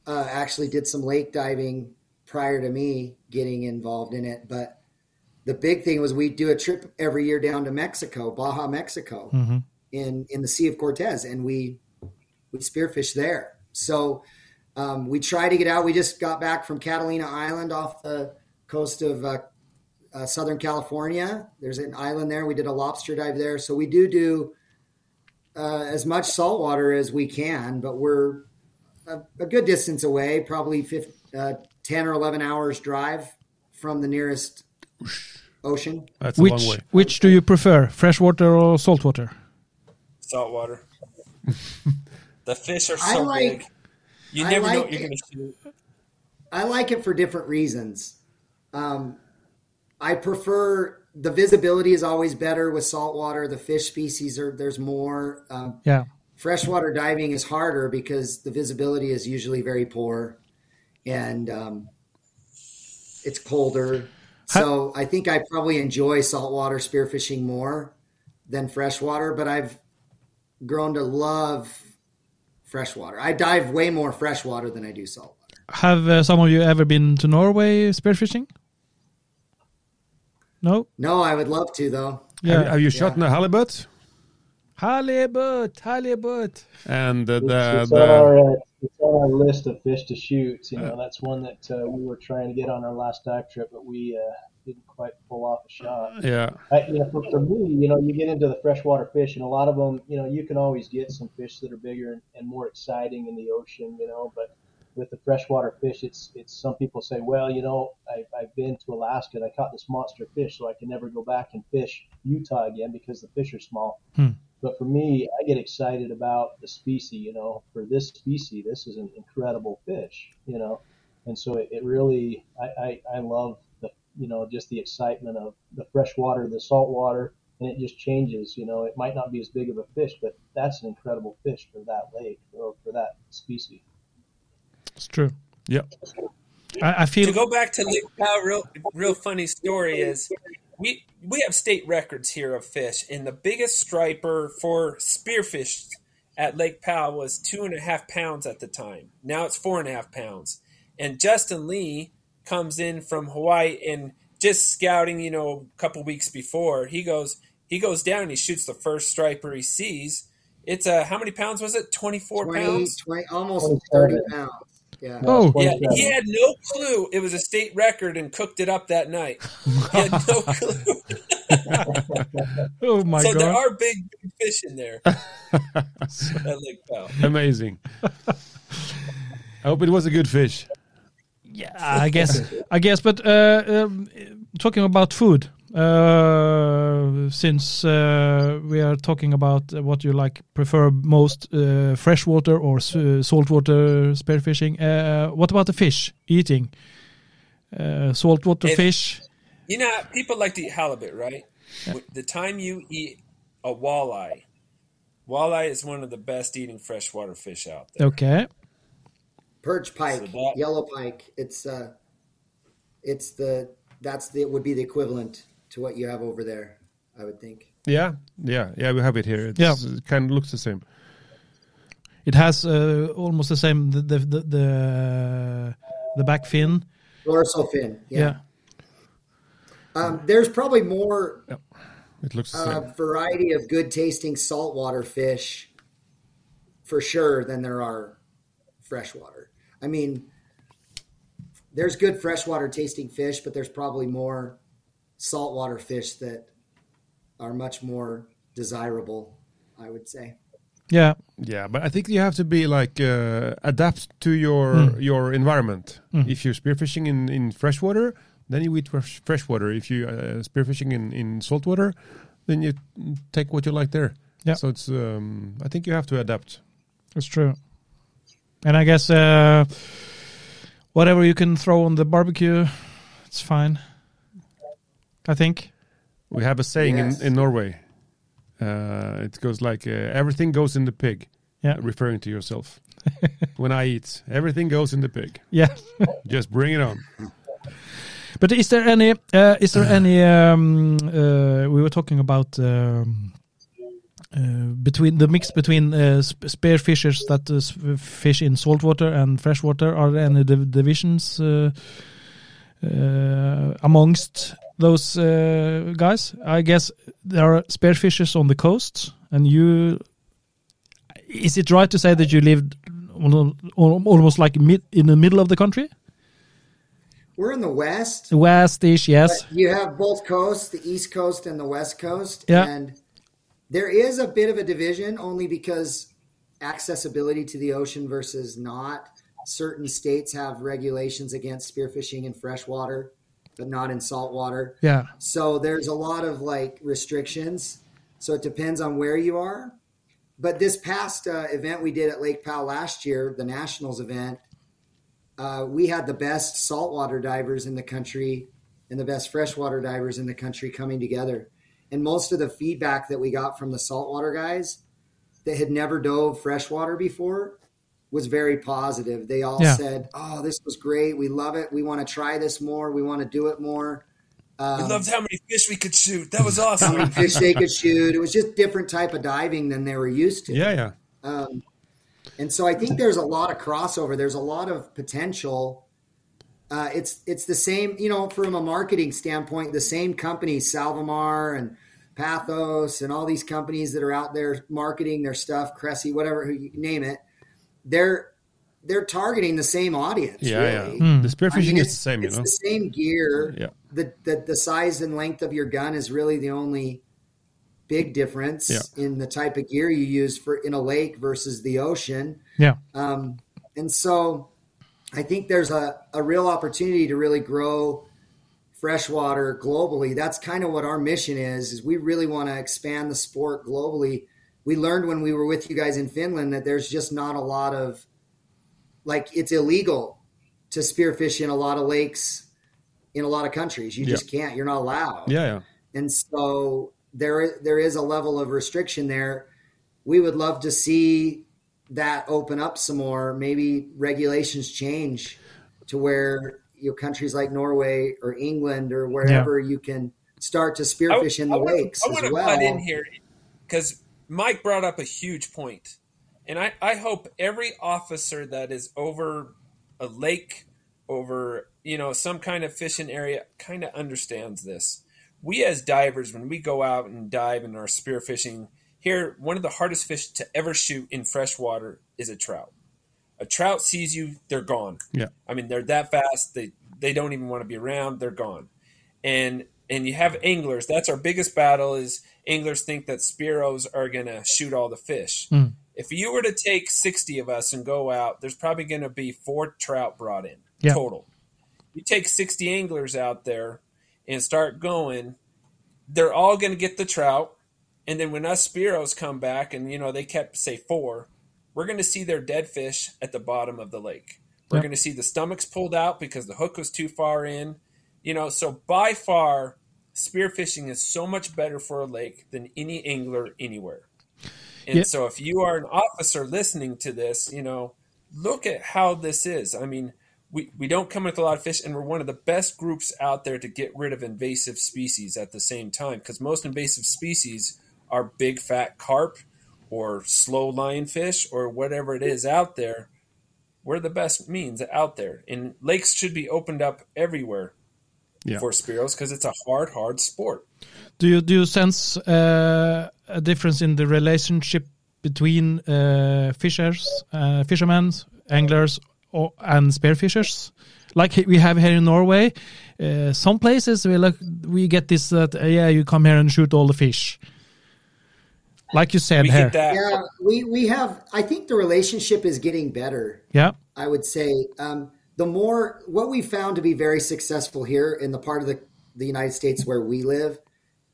uh, actually did some lake diving prior to me getting involved in it. But the big thing was we do a trip every year down to Mexico, Baja, Mexico, in in the Sea of Cortez, and we we spearfish there. So um, we try to get out. We just got back from Catalina Island off the coast of uh, uh, Southern California. There's an island there. We did a lobster dive there. So we do do uh, as much saltwater as we can, but we're a, a good distance away, probably fif uh, 10 or 11 hours drive from the nearest ocean.
that's a long way.
Which which do you prefer, freshwater or saltwater?
saltwater. the fish are
I
so
like-
big. You
I
never know
like
what you're
it.
going to shoot.
I like it for different reasons. Um, I prefer the visibility is always better with saltwater. The fish species are there's more. Um,
Yeah,
freshwater diving is harder because the visibility is usually very poor and um, it's colder. So I think I probably enjoy saltwater spearfishing more than freshwater, but I've grown to love freshwater. I dive way more freshwater than I do saltwater.
have uh, some of you ever been to Norway spearfishing? No.
No, I would love to though.
Yeah.
Have, have you shot in a halibut?
Halibut, halibut.
And the,
It's,
the,
it's, on
the
our, uh, it's on our list of fish to shoot. You know, that's one that uh, we were trying to get on our last dive trip, but we uh, didn't quite pull off a shot.
yeah,
I, you know, for, for me, you know, you get into the freshwater fish, and a lot of them, you know, you can always get some fish that are bigger and, and more exciting in the ocean, you know. But with the freshwater fish, it's it's some people say, well, you know, I, I've been to Alaska and I caught this monster fish, so I can never go back and fish Utah again because the fish are small. But for me, I get excited about the species. You know, for this species, this is an incredible fish. You know, and so it, it really, I, I, I love the, you know, just the excitement of the fresh water, the salt water, and it just changes. You know, it might not be as big of a fish, but that's an incredible fish for that lake or for that species.
It's true.
yeah,
I, I
to
feel.
go back to Lake Powell, real real funny story is we we have state records here of fish, and the biggest striper for spearfish at Lake Powell was two and a half pounds at the time. Now it's four and a half pounds. And Justin Lee comes in from Hawaii and just scouting, you know, a couple weeks before he goes he goes down. And he shoots the first striper he sees. It's uh, how many pounds was it? Twenty four
20,
pounds.
20 almost 30
27.
pounds. Yeah.
Oh,
Yeah,
Twenty-seven.
he had no clue it was a state record and cooked it up that night. He had no clue.
oh my
so there
god!
are big, big fish in there. At Lake Powell.
amazing. I hope it was a good fish.
yeah, Uh, I guess. I guess. But uh, um, talking about food, uh, since uh, we are talking about what you like prefer most, uh, freshwater or s- uh, saltwater spearfishing. Uh, what about the fish eating? Uh, saltwater
If-
fish.
You know, people like to eat halibut, right? The time you eat a walleye, walleye is one of the best eating freshwater fish out there.
Okay.
Perch pike,
So that-
yellow pike. It's uh, it's the that's the would be the equivalent to what you have over there, I would think.
Yeah, yeah, yeah. We have it here. It's,
Yeah.
it kind of looks the same.
It has uh, almost the same the the the the, the back fin.
Dorsal fin.
Yeah.
Yeah. Um, there's probably more
It looks the
uh,
same.
variety of good tasting saltwater fish for sure than there are freshwater. I mean, there's good freshwater tasting fish, but there's probably more saltwater fish that are much more desirable, I would say.
Yeah.
Yeah, but I think you have to be like uh, adapt to your
Hmm.
your environment. If you're spearfishing in in freshwater, then you eat fresh, freshwater. If you uh, spearfishing in in saltwater, then you take what you like there.
Yeah.
So it's um, I think you have to adapt.
That's true. And I guess uh, whatever you can throw on the barbecue, it's fine. I think.
We have a saying
Yes.
in in Norway. Uh, it goes like uh, everything goes in the pig,
Yeah.
referring to yourself. *laughs* when I eat, everything goes in the pig.
Yeah.
Just bring it on.
but is there any? Uh, is there any? Um, uh, we were talking about. Um, uh, between the mix between uh, sp- spear fishers that uh, s- fish in saltwater and freshwater, are there any div- divisions uh, uh, amongst those uh, guys? I guess there are spear fishers on the coast, and you. Is it right to say that you lived on, on, almost like mid, in the middle of the country,
We're in the West.
westish? Yes.
You have both coasts, the East Coast and the West Coast.
Yeah.
And there is a bit of a division only because accessibility to the ocean versus not. Certain states have regulations against spearfishing in freshwater, but not in saltwater.
Yeah.
So there's a lot of like restrictions. So it depends on where you are. But this past uh, event we did at Lake Powell last year, the Nationals event, uh, we had the best saltwater divers in the country and the best freshwater divers in the country coming together. And most of the feedback that we got from the saltwater guys that had never dove freshwater before was very positive. They all
Yeah.
said, Oh, this was great. We love it. We want to try this more. We want to do it more.
We loved how many fish we could shoot. That
*laughs*
was awesome.
fish they could shoot. It was just different type of diving than they were used to.
Yeah, yeah.
And so I think there's a lot of crossover. There's a lot of potential. Uh, it's it's the same, you know, from a marketing standpoint, the same companies, Salvamar and Pathos and all these companies that are out there marketing their stuff, Cressy, whatever, who you name it, they're they're targeting the same audience.
yeah, Hmm.
really.
Hmm.
yeah. The spearfishing
I mean,
is the same, you
It's
know.
the same gear.
Yeah.
The, the the size and length of your gun is really the only big difference
Yeah.
in the type of gear you use for in a lake versus the ocean.
Yeah.
Um, and so I think there's a, a real opportunity to really grow freshwater globally. That's kind of what our mission is, is we really want to expand the sport globally. We learned when we were with you guys in Finland that there's just not a lot of like it's illegal to spearfish in a lot of lakes in a lot of countries. You
Yeah.
just can't. You're not allowed.
Yeah, yeah.
And so there there is a level of restriction there. We would love to see that open up some more, maybe regulations change to where you know, countries like Norway or England or wherever you can start to spearfish in the
wanna-
lakes
I wanna
as well.
cut in here because Mike brought up a huge point, and I, I hope every officer that is over a lake, over you know some kind of fishing area, kind of understands this. We as divers, when we go out and dive and are spearfishing, here one of the hardest fish to ever shoot in freshwater is a trout. A trout sees you, they're gone.
Yeah.
I mean, they're that fast. They they don't even want to be around. They're gone. And and you have anglers. That's our biggest battle. Is anglers think that spiros are gonna shoot all the fish. If you were to take sixty of us and go out, there's probably gonna be four trout brought in
Yeah.
total. You take sixty anglers out there and start going. They're all gonna get the trout. And then when us spiros come back, and you know they kept say four, we're going to see their dead fish at the bottom of the lake. We're
Yeah.
going to see the stomachs pulled out because the hook was too far in. You know, so by far, spearfishing is so much better for a lake than any angler anywhere. And
Yeah.
so, if you are an officer listening to this, you know, look at how this is. I mean, we, we don't come with a lot of fish, and we're one of the best groups out there to get rid of invasive species at the same time because most invasive species are big fat carp or slow lionfish or whatever it is out there. We're the best means out there, and lakes should be opened up everywhere
Yeah.
for spiros because it's a hard, hard sport.
Do you do you sense uh, a difference in the relationship between uh, fishers, uh, fishermen, anglers, or, and spearfishers? Like he- we have here in Norway, uh, some places we look we get this that uh, yeah you come here and shoot all the fish, like you said
We
here.
get that.
yeah, we, we have I think the relationship is getting better.
Yeah,
I would say um, the more what we found to be very successful here in the part of the, the United States where we live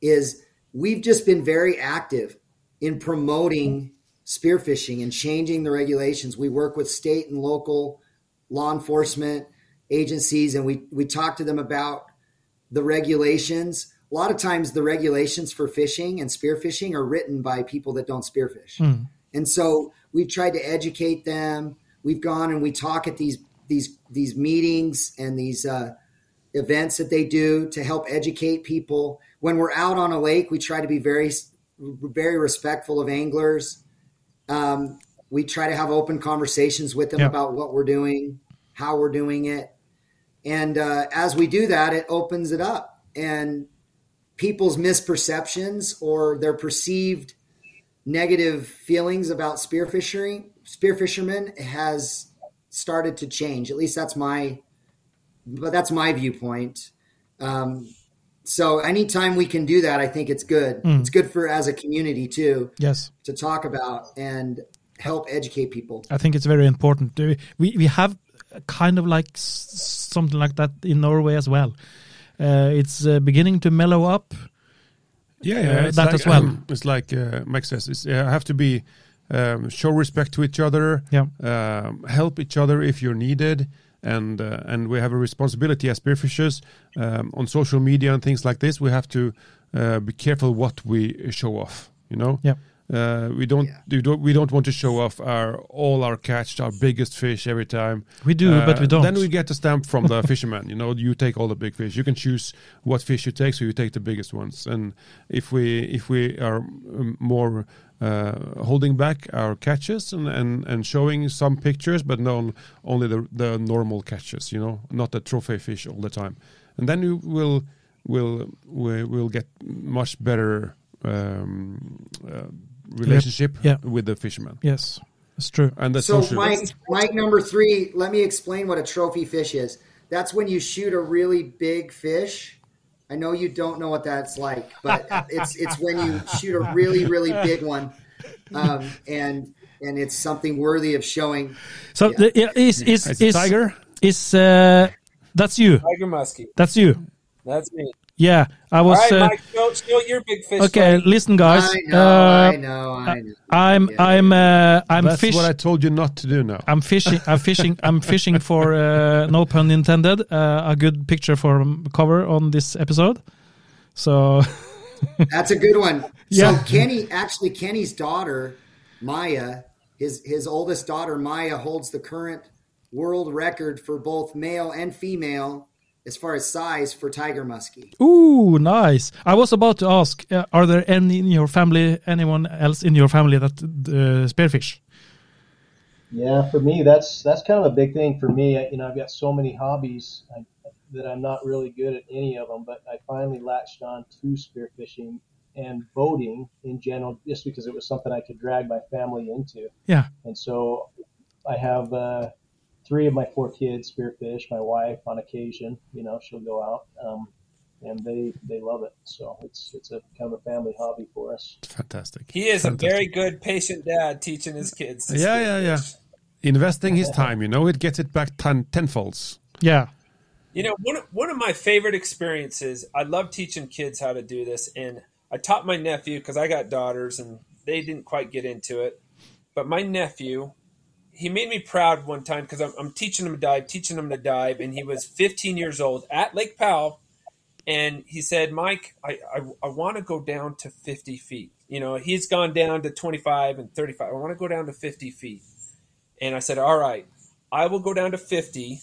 is we've just been very active in promoting spearfishing and changing the regulations. We work with state and local law enforcement agencies and we, we talk to them about the regulations. A lot of times the regulations for fishing and spearfishing are written by people that don't spearfish. And so we've tried to educate them. We've gone and we talk at these these these meetings and these uh, events that they do to help educate people. When we're out on a lake, we try to be very very respectful of anglers. Um, we try to have open conversations with them
Yeah.
about what we're doing, how we're doing it, and uh, as we do that, it opens it up and people's misperceptions or their perceived negative feelings about spearfishing spearfishermen has started to change. At least that's my, but that's my viewpoint. Um, so anytime we can do that, I think it's good. It's good for as a community too
yes.
to talk about and help educate people.
I think it's very important. Uh, We we have kind of like s- something like that in Norway as well. Uh, it's uh, beginning to mellow up.
Yeah,
Uh,
yeah, it's
that
like-
as well.
It's like uh, Mike says, it's, uh, have to be um, show respect to each other.
Yeah.
um, help each other if you're needed, and uh, and we have a responsibility as spearfishers um, on social media and things like this. We have to uh, be careful what we show off. You know.
Yeah.
Uh, we don't, we don't we don't want to show off our all our catch our biggest fish every time.
We do, but we don't.
Uh, Then we get the stamp from the *laughs* fisherman. You know, you take all the big fish. You can choose what fish you take, so you take the biggest ones. And if we if we are um, more uh, holding back our catches and, and, and showing some pictures, but no, only the the normal catches. You know, not the trophy fish all the time. And then you will will we will get much better uh, um, uh, relationship
Yeah.
with the fisherman
Yes, it's true.
and the
So,
social.
Mike, Mike number three, let me explain what a trophy fish is. That's when you shoot a really big fish. I know you don't know what that's like, but it's it's when you shoot a really really big one, um, and and it's something worthy of showing.
So the- yeah, is is
It's a
is
tiger?
Is uh, that's you?
Tiger Muskie.
That's you.
That's me.
Yeah, I
All
was.
right,
uh,
Mike, show, show your big fish.
okay,
buddy.
listen, guys.
I know,
uh,
I know, I know.
I'm
Yeah.
I'm uh, I'm
That's
fish.
what I told you not to do now.
*laughs* I'm fishing. I'm fishing. I'm fishing for uh, no pun intended. Uh, a good picture for um, cover on this episode. So *laughs*
That's a good one.
Yeah.
So Kenny, actually, Kenny's daughter, Maya, his his oldest daughter, Maya, holds the current world record for both male and female as far as size for tiger muskie.
Ooh, nice. I was about to ask, uh, are there any in your family, anyone else in your family that uh, spearfish?
Yeah, for me, that's that's kind of a big thing for me. I, you know, I've got so many hobbies I, that I'm not really good at any of them, but I finally latched on to spearfishing and boating in general, just because it was something I could drag my family into.
Yeah.
And so, I have uh, three of my four kids spearfish. My wife, on occasion, you know, she'll go out, um, and they they love it. So it's it's a kind of a family hobby for us.
Fantastic.
He is a
Fantastic.
very good patient dad teaching his kids. to
Yeah,
speak
yeah, yeah.
English.
Investing his time, you know, it gets it back ten, tenfolds.
Yeah.
You know, one of, one of my favorite experiences. I love teaching kids how to do this, and I taught my nephew because I got daughters, and they didn't quite get into it. But my nephew, he made me proud one time because I'm, I'm teaching him to dive, teaching him to dive, and he was 15 years old at Lake Powell, and he said, "Mike, I I, I want to go down to 50 feet. You know, he's gone down to 25 and 35. I want to go down to 50 feet." And I said, "All right, I will go down to 50."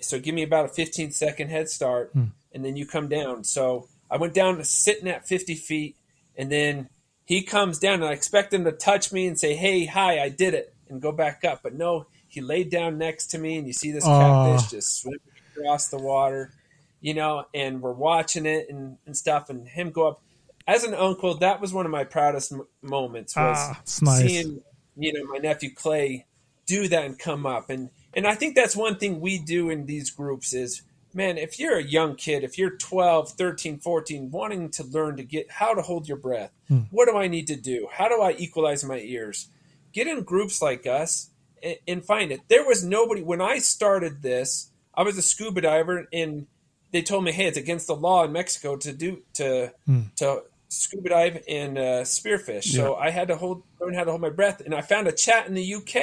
so give me about a 15 second head start and then you come down so i went down to sitting at 50 feet and then he comes down and i expect him to touch me and say hey hi i did it and go back up but no he laid down next to me and you see this
Aw.
catfish just swimming across the water you know and we're watching it and, and stuff and him go up as an uncle that was one of my proudest m- moments was
Ah, it's nice.
seeing you know my nephew clay do that and come up and and i think that's one thing we do in these groups is man if you're a young kid if you're 12 13 14 wanting to learn to get how to hold your breath
Hmm.
what do i need to do how do i equalize my ears get in groups like us and, and find it there was nobody when i started this i was a scuba diver and they told me hey it's against the law in mexico to do to to scuba dive and uh, spearfish so i had to hold learn how to hold my breath and i found a chat in the uk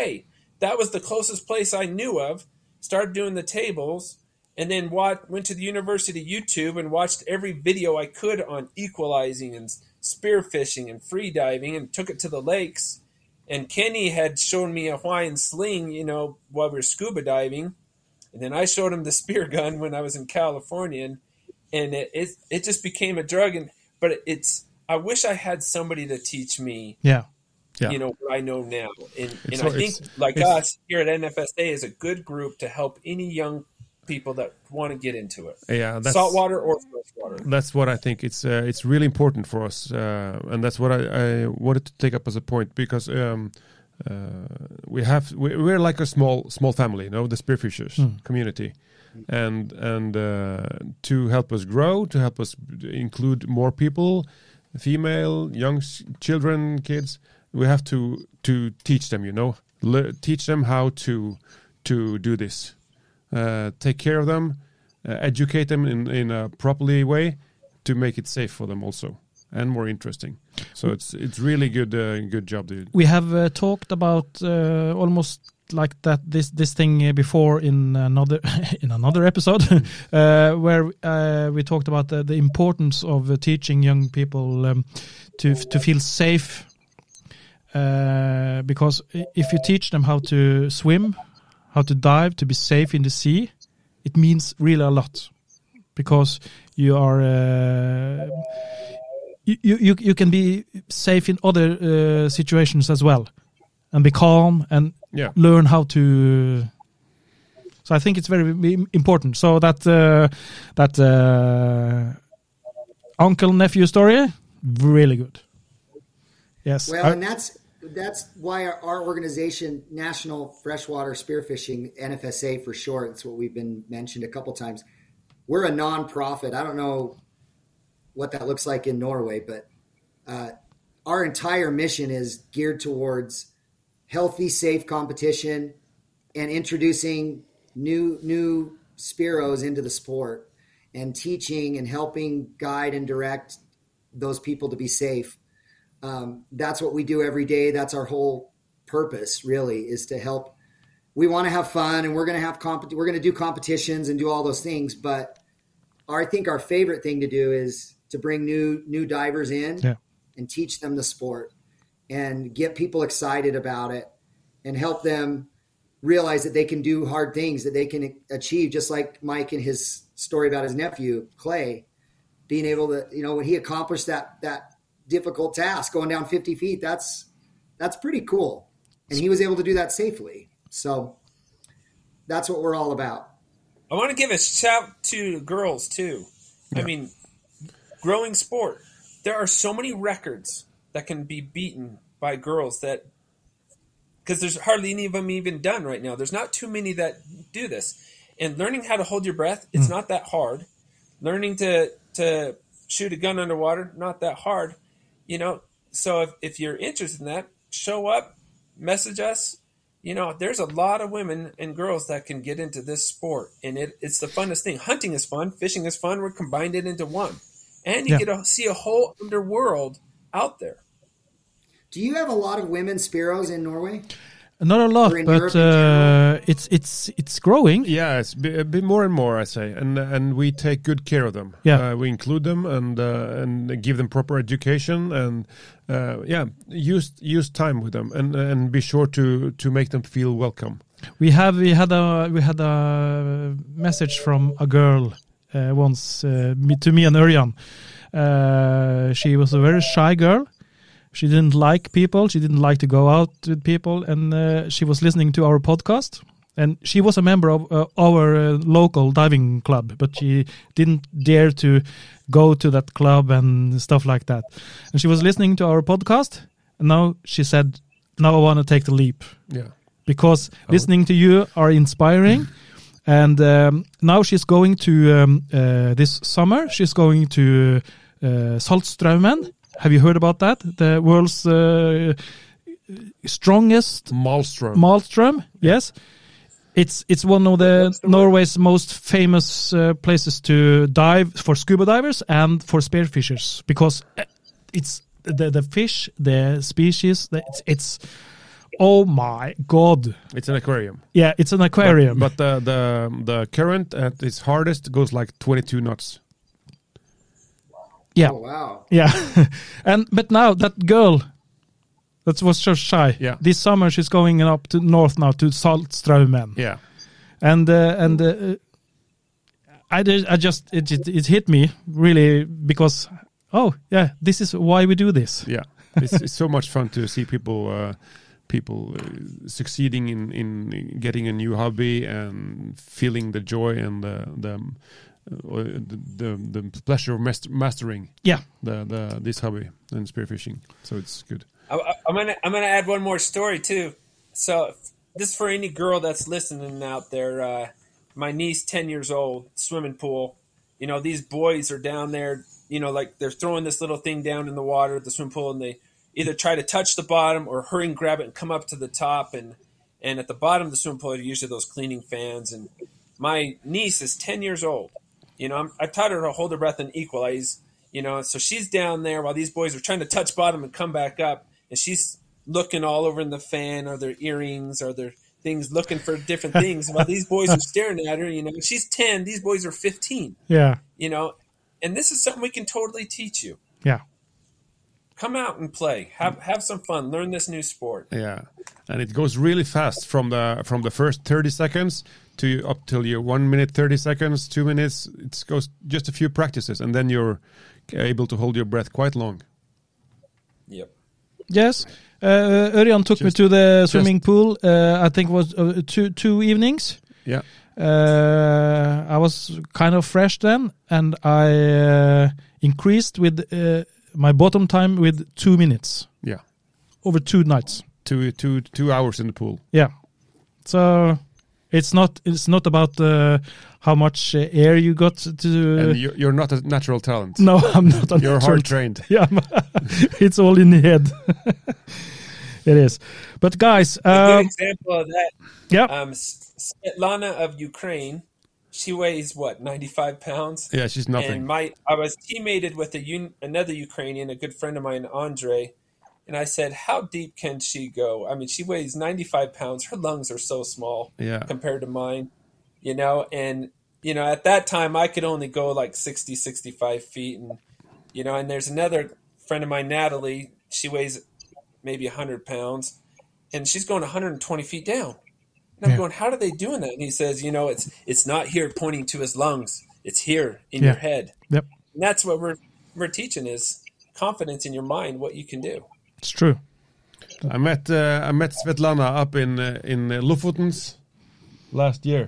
that was the closest place I knew of. Started doing the tables, and then wat- went to the university YouTube and watched every video I could on equalizing and spearfishing and free diving, and took it to the lakes. And Kenny had shown me a Hawaiian sling, you know, while we were scuba diving, and then I showed him the spear gun when I was in California, and, and it, it it just became a drug. And but it's I wish I had somebody to teach me
Yeah.
Yeah.
you know what I know now. And, and
It's-
I think
it's-
like
it's-
us here at NFSA is a good group to help any young people that want to get into it,
Yeah, that's
saltwater or freshwater.
that's what I think. It's uh, it's really important for us, uh, and that's what I, I wanted to take up as a point because um, uh, we have we, we're like a small small family, you know, the spearfishers community, and and uh, to help us grow, to help us include more people, female, young s- children, kids, we have to to teach them, you know, Le- teach them how to to do this uh, take care of them, uh, educate them in, in a properly way to make it safe for them also and more interesting. So it's it's really good uh, good job, dude.
We have uh, talked about uh, almost like that this this thing uh, before in another *laughs* in another episode *laughs* uh, where uh, we talked about the, the importance of uh, teaching young people um, to to feel safe uh, because i- if you teach them how to swim, how to dive, to be safe in the sea, it means really a lot because you are. Uh, you, you- you you can be safe in other uh, situations as well, and be calm and
Yeah.
learn how to. So I think it's very im- important. So that uh, that uh, uncle nephew story Really good. Yes.
Well,
I-
and that's that's why our, our organization, National Freshwater Spearfishing (NFSA) for short, it's what we've been mentioned a couple times. We're a nonprofit. I don't know what that looks like in Norway, but uh, our entire mission is geared towards healthy, safe competition and introducing new new spiros into the sport and teaching and helping guide and direct those people to be safe um, that's what we do every day. That's our whole purpose, really, is to help. We want to have fun, and we're going to have comp- we're going to do competitions and do all those things. But our, I think our favorite thing to do is to bring new new divers in
Yeah.
and teach them the sport and get people excited about it and help them realize that they can do hard things that they can achieve. Just like Mike and his story about his nephew Clay being able to you know when he accomplished that that difficult task going down 50 feet that's that's pretty cool and he was able to do that safely so that's what we're all about
I want to give a shout to girls too. I mean, growing sport. There are so many records that can be beaten by girls that because there's hardly any of them even done right now. There's not too many that do this. And learning how to hold your breath, it's not that hard. Learning to to shoot a gun underwater, not that hard. You know, so if, if you're interested in that, show up, message us. You know, there's a lot of women and girls that can get into this sport, and it, it's the funnest thing. Hunting is fun, fishing is fun. We're combined it into one, and you
Yeah.
get to see a whole underworld out there.
do you have a lot of women spiros in norway
not a lot,
Or in Europe
but
in
uh, it's it's it's growing.
Yeah, it's be, a bit more and more, I say, and and we take good care of them.
Yeah.
uh, we include them and uh, and give them proper education and uh, yeah, use use time with them and and be sure to to make them feel welcome.
We have we had a we had a message from a girl uh, once uh, me, to me and Urian. Uh, she was a very shy girl. She didn't like people. She didn't like to go out with people, and uh, she was listening to our podcast. And she was a member of uh, our uh, local diving club, but she didn't dare to go to that club and stuff like that. And she was listening to our podcast. And now she said, "Now I want to take the leap."
Yeah,
because listening to you are inspiring. and um, now she's going to um, uh, this summer. She's going to uh, Saltstraumen. Have you heard about that? The world's uh, strongest
Malmstrom.
Malmstrom. Yes, it's it's one of the Norway's most famous uh, places to dive for scuba divers and for spearfishers because uh, it's the the fish, the species. The, it's, it's oh my god.
it's an aquarium.
Yeah, it's an aquarium.
But the the the current at its hardest goes like 22 knots.
yeah,
oh wow
yeah. *laughs* and but now that girl, that was so shy.
Yeah.
This summer she's going up to north now to Saltstraumen.
Yeah,
and uh, and uh, I did, I just it, it it hit me really because oh yeah this is why we do this
*laughs* yeah. it's, it's so much fun to see people uh, people uh, succeeding in in getting a new hobby and feeling the joy and the the um, uh, the, the, the pleasure of master, mastering
yeah
the, the this hobby and spearfishing. So it's good.
I, I- I'm gonna I'm gonna add one more story too. So if- this is for any girl that's listening out there. Uh, my niece, ten years old, swimming pool. You know these boys are down there. You know, like they're throwing this little thing down in the water, at the swim pool, and they either try to touch the bottom or hurry and grab it and come up to the top. And and at the bottom of the swim pool are usually those cleaning fans. And my niece is ten years old. You know, I'm, I taught her to hold her breath and equalize. You know, so she's down there while these boys are trying to touch bottom and come back up, and she's looking all over in the fan. Are there earrings? Are there things looking for different things? while these boys are staring at her, you know, she's ten. These boys are fifteen.
yeah
You know, and this is something we can totally teach you.
yeah
Come out and play. Have have some fun. Learn this new sport.
Yeah, and it goes really fast from the from the first thirty seconds to up till your one minute thirty seconds, two minutes. It goes just a few practices, and then you're able to hold your breath quite long.
Yep.
yes uh, Örjan took me
Just-
to the swimming pool uh, I think it was uh, two two evenings
Yeah,
uh, I was kind of fresh then and I uh, increased with uh, my bottom time with two minutes
Yeah.
over two nights.
Two, two, two hours in the pool.
Yeah. So it's not it's not about uh, how much uh, air you got to.
and you're, you're not a natural talent.
Uh. *laughs* no, I'm not. a natural
You're hard trained.
*laughs* yeah I'm- it's all in the head *laughs* it is but guys
a good
um,
example of that.
yeah
Um, S- Svetlana of Ukraine, she weighs what ninety five pounds.
Yeah, she's
And
nothing.
my, I was teammated with a un, another Ukrainian, a good friend of mine, Andre, and I said, "How deep can she go? I mean, she weighs 95 pounds. Her lungs are so small
Yeah.
compared to mine, you know." And you know, at that time, I could only go like 60, 65 feet, and you know. And there's another friend of mine, Natalie. She weighs maybe 100 pounds, and she's going 120 feet down. And I'm going, how are they doing that? And he says, you know, it's it's not here pointing to his lungs. It's here in your
Yeah.
head.
yep
And that's what we're we're teaching is confidence in your mind, what you can do.
it's true
I met uh, I met Svetlana up in uh, in uh, Lofotens last year.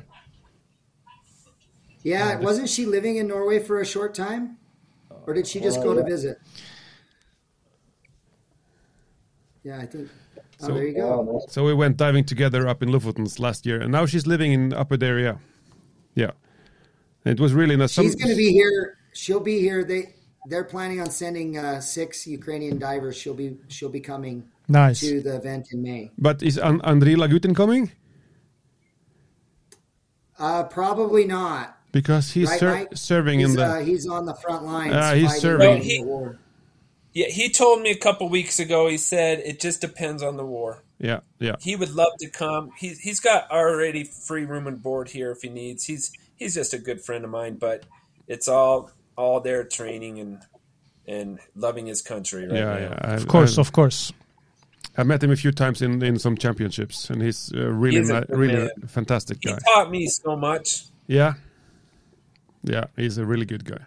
Yeah, wasn't she living in Norway for a short time, or did she just go to visit? Yeah, I think. Oh, there you
Oh,
go.
nice.
So we went diving together up in Lofotens last year, and now she's living in Upper Deria. Yeah, it was really nice. Some-
She's going to be here. She'll be here. They they're planning on sending uh, six Ukrainian divers. She'll be she'll be coming
nice
to the event in May.
But is An- Andrei Lagutin coming?
Uh, probably not.
Because he's
Right,
ser-
Mike?
serving
He's,
in the.
uh, he's on the front lines.
Ah, he's
fighting
serving.
Oh,
in the war.
Yeah, he told me a couple weeks ago, he said it just depends on the war.
yeah, yeah,
He would love to come. He he's got already free room and board here if he needs. He's he's just a good friend of mine, but it's all all their training and and loving his country right
yeah,
now.
yeah. I-
of course
I,
of course
I met him a few times in, in some championships, and he's uh, really,
He's a
ni-
good
really
man.
fantastic
He
guy.
taught me so much.
Yeah, yeah, he's a really good guy.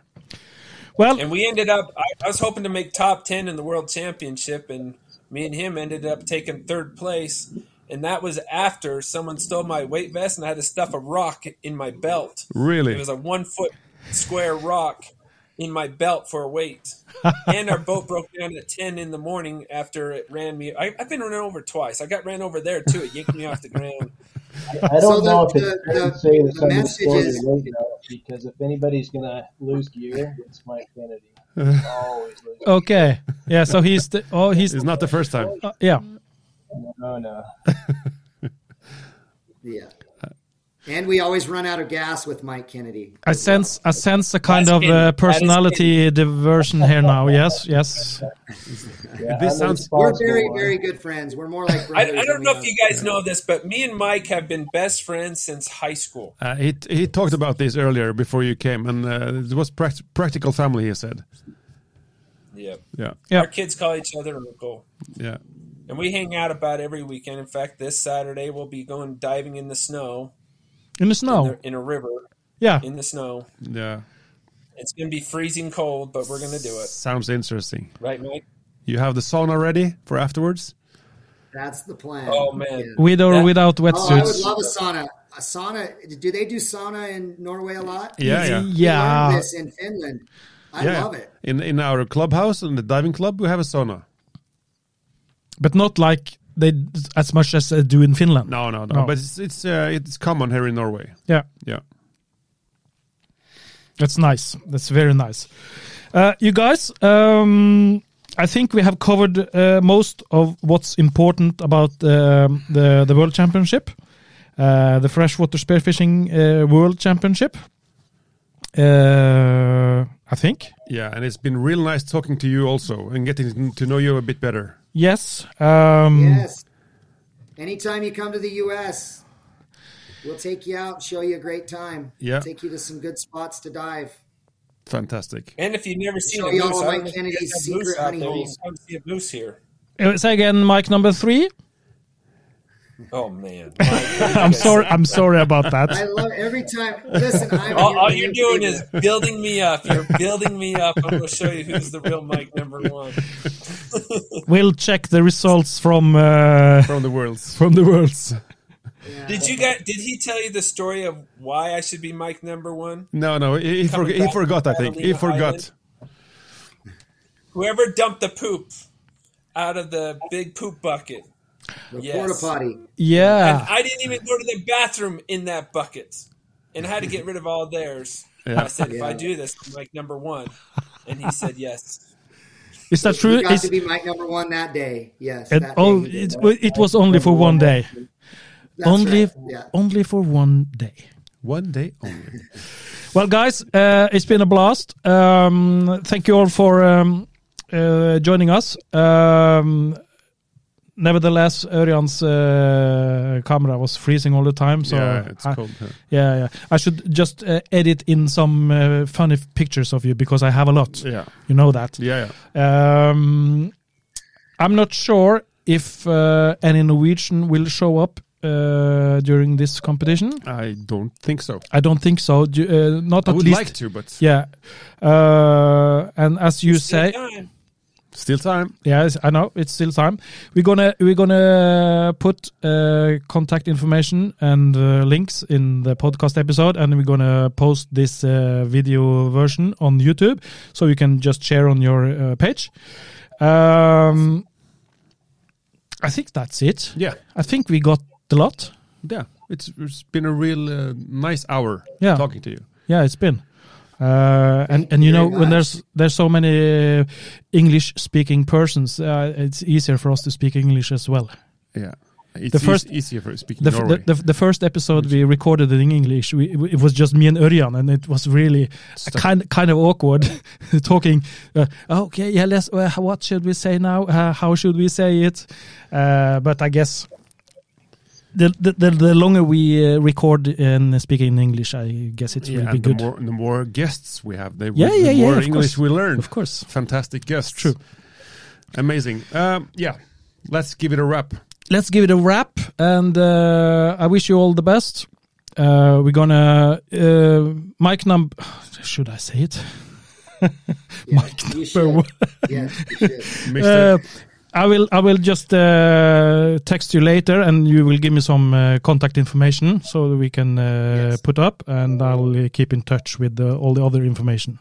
well
And we ended up. I, I was hoping to make top ten in the world championship, and me and him ended up taking third place. And that was after someone stole my weight vest, and I had to stuff a rock in my belt.
Really?
It was a one foot square rock in my belt for a
*laughs*
weight. and our boat broke down at ten in the morning after it ran me. I, I've been run over twice. I got ran over there too. It yanked me off the ground.
I
So
don't
the-
know if it's
the-
fair to
the-
say
the
that somebody's
message
throwing
is-
their weight out because if anybody's going to lose gear, it's Mike Kennedy. He's always losing.
okay yeah so he's the, oh he's
It's not the first time.
uh, yeah
No, no.
Yeah.
Uh,
And we always run out of gas with Mike Kennedy.
i sense i sense a kind
That's
of
him. That
uh,
is
personality diversion here
*laughs*
now yes yes
Yeah,
This
I'm
sounds-
the
We're
responsible
very,
one.
very good friends. We're more like
*laughs* I,
brothers.
I
than
don't
we
know
are.
if you guys know this, but me and Mike have been best friends since high school.
Uh, he he talked about this earlier before you came, and uh, it was pract- practical family. He said,
Yeah.
"Yeah,
yeah
Our kids call each other uncle.
yeah,
And we hang out about every weekend. In fact, this Saturday we'll be going diving in the snow
in the
in,
snow
the, in a river
yeah
in the snow.
yeah."
It's going to be freezing cold, but we're going to do it,
Sounds interesting.
right, Mike?
You have the sauna ready for afterwards.
That's the plan.
Oh, man.
Yeah.
with or
That-
without
Oh, I would
wetsuits
love a sauna. A sauna. Do they do sauna in Norway a lot?
Yeah, yeah,
We learned
yeah
This in Finland. I
yeah.
love it.
In in our clubhouse and the diving club, we have a sauna.
but not like they as much as they do in finland
No, no, no.
No.
But it's it's uh, it's common here in Norway.
yeah
Yeah,
That's nice. That's very nice. Uh, you guys, um, I think we have covered uh, most of what's important about um the the World Championship, uh, the freshwater spearfishing uh, World Championship. Uh, I think
yeah. And it's been real nice talking to you also and getting to know you a bit better.
yes. Um,
Yes. Anytime you come to the U.S., we'll take you out, show you a great time.
Yeah.
Take you to some good spots
*laughs*
to dive.
Fantastic.
And if you've never seen
Show
a
y'all
moose, I
Mike
don't think you
Kennedy's
guys have moose
secret
out
honey
there. You
holes.
just don't see a
*laughs*
moose here.
Uh, Say again, Mike number three.
Oh, man. Mike,
I'm sorry. I'm sorry about
I *laughs*
that.
love every time. Listen, I'm
All,
here
all
for
you're
you,
doing
Peter.
is building me up. You're building me up. I'm going to show you who's the real Mike number one.
We'll check the results from uh,
From the worlds.
from the worlds.
Did you guys? Did he tell you the story of why I should be Mike number one?
No, no. He, he, forg-
Coming
he
back
forgot. I
to
think he
Catalina
forgot.
Island. Whoever dumped the poop out of the big poop bucket.
The
Yes.
porta potty.
Yeah.
And I didn't even go to the bathroom in that bucket and had to get rid of all theirs. I said, if I
Yeah.
do this, I'm like number one. And he said, yes.
Is that
You
true?
got
Is,
to be my number one that day. Yes.
and oh,
that
all,
day you
it,
did.
it was only for one day.
That's
Only, oh
right, Yeah.
only for one day.
One day *laughs* only.
Well, guys, uh, it's been a blast. Um, thank you all for um, uh, joining us. Um, nevertheless, Örjan's uh, camera was freezing all the time, so
yeah, it's
I,
cold. huh?
yeah, yeah. I should just uh, edit in some uh, funny f- pictures of you because I have a lot.
Yeah,
You know that.
yeah, yeah.
Um, I'm not sure if uh, any Norwegian will show up uh, during this competition.
I don't think so.
I don't think so. Du- uh, not
I
at
would
least.
like to, but
Yeah. Uh, and as you say,
Time.
still time.
yes, I know it's still time. We're gonna we're gonna put uh, contact information and uh, links in the podcast episode, and we're gonna post this uh, video version on YouTube, so you can just share on your uh, page. Um, I think that's it.
Yeah,
I think we got the lot.
yeah. It's, it's been a real uh, nice hour
Yeah.
talking to you.
Yeah, it's been. Uh, and and you
you
know
very
when
much.
there's there's so many uh, English speaking persons, uh, it's easier for us to speak English as well.
Yeah, it's
The first-
eas- easier for speaking
The, f-
Norway.
the, the, the first episode we recorded in English, we, it was just me and Örjan, and it was really
Stuck.
kind kind of awkward *laughs* talking. Uh, okay, yeah, let's. Uh, what should we say now? Uh, how should we say it? Uh, but I guess the the, the, the longer we uh, record and speak in English, I guess it
yeah,
will be
and the
good.
more the more guests we have, they
Yeah,
the
yeah, yeah,
more
of
English
course.
we learn.
Of course.
fantastic guests.
True.
amazing. Um, yeah, let's give it a wrap.
let's give it a wrap and uh, i wish you all the best uh, we're gonna uh, mike number *sighs* should i say it
yeah. You should.
one.
yes, you should.
Uh,
Mr.
i will i will just uh, text you later and you will give me some uh, contact information so that we can uh,
Yes.
put up and i'll uh, keep in touch with uh, all the other information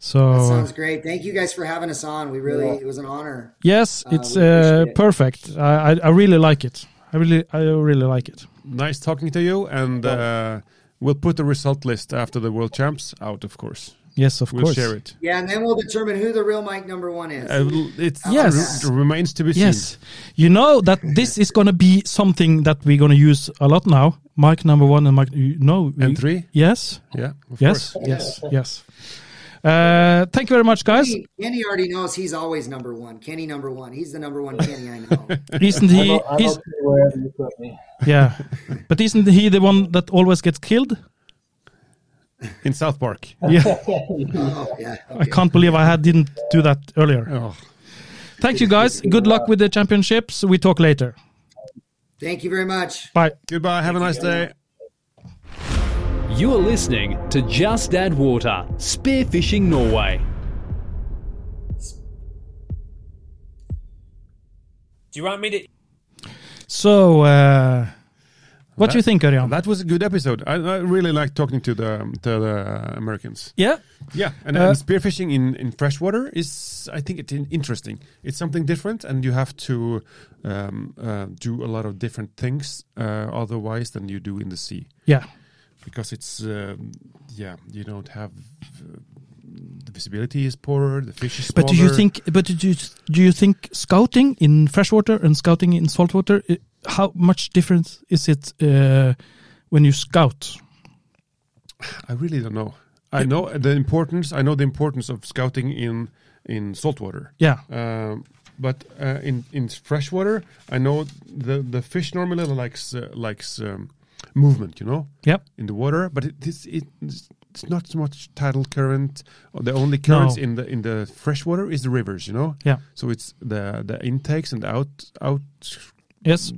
so
That
uh,
sounds great. Thank you guys for having us on. We really, it was an honor.
yes it's
we
uh,
appreciate it.
perfect I, I i really like it i really i really like it
nice talking to you, and uh, we'll put the result list after the World Champs out, of course.
yes of
We'll
course
share it.
Yeah, and then we'll determine who the real Mike number one is.
Uh, it's,
Yes.
it remains to be seen.
Yes. You know that this is going to be something that we're going to use a lot now. Mic number one and mic. You know, we-
And three?
Yes.
Yeah. Of
Yes.
Course.
Yes. Yes. Uh, thank you very much, guys.
Kenny, Kenny already knows he's always number one. Kenny number one. He's the number one Kenny I know.
*laughs* Isn't
I'm,
he?
o- I'm
Is,
okay wherever you put me.
*laughs* yeah. But isn't he the one that always gets killed?
In South Park.
Yeah.
Oh, yeah.
*laughs* I can't believe I had didn't do that earlier.
Oh,
Thank you, guys. Good luck with the championships. We talk later.
Thank you very much.
Bye.
goodbye. Have a nice day.
You are listening to Just Add Water, Spearfishing Norway.
Do you want me to
So, uh, what do you think, Arian?
That was a good episode. I, I really like talking to the to the Americans.
yeah.
Yeah, and,
Uh,
and spearfishing in, in freshwater is, I think, it's in- interesting. It's something different, and you have to um, uh, do a lot of different things uh, otherwise than you do in the sea
Yeah.
because it's um, yeah you don't have uh, the visibility is poorer, the fish is smaller.
But do you think? But do you, do you think scouting in freshwater and scouting in saltwater? i- How much difference is it uh, when you scout?
I really don't know. I know the importance. I know the importance of scouting in in saltwater.
Yeah,
Um, but uh, in in freshwater, I know the the fish normally likes uh, likes um, movement, you know,
yeah,
in the water. But it, it's it's it's not so much tidal current. The only currents
No.
in the in the freshwater is the rivers, you know.
yeah.
So it's the the intakes and the out out
Yes,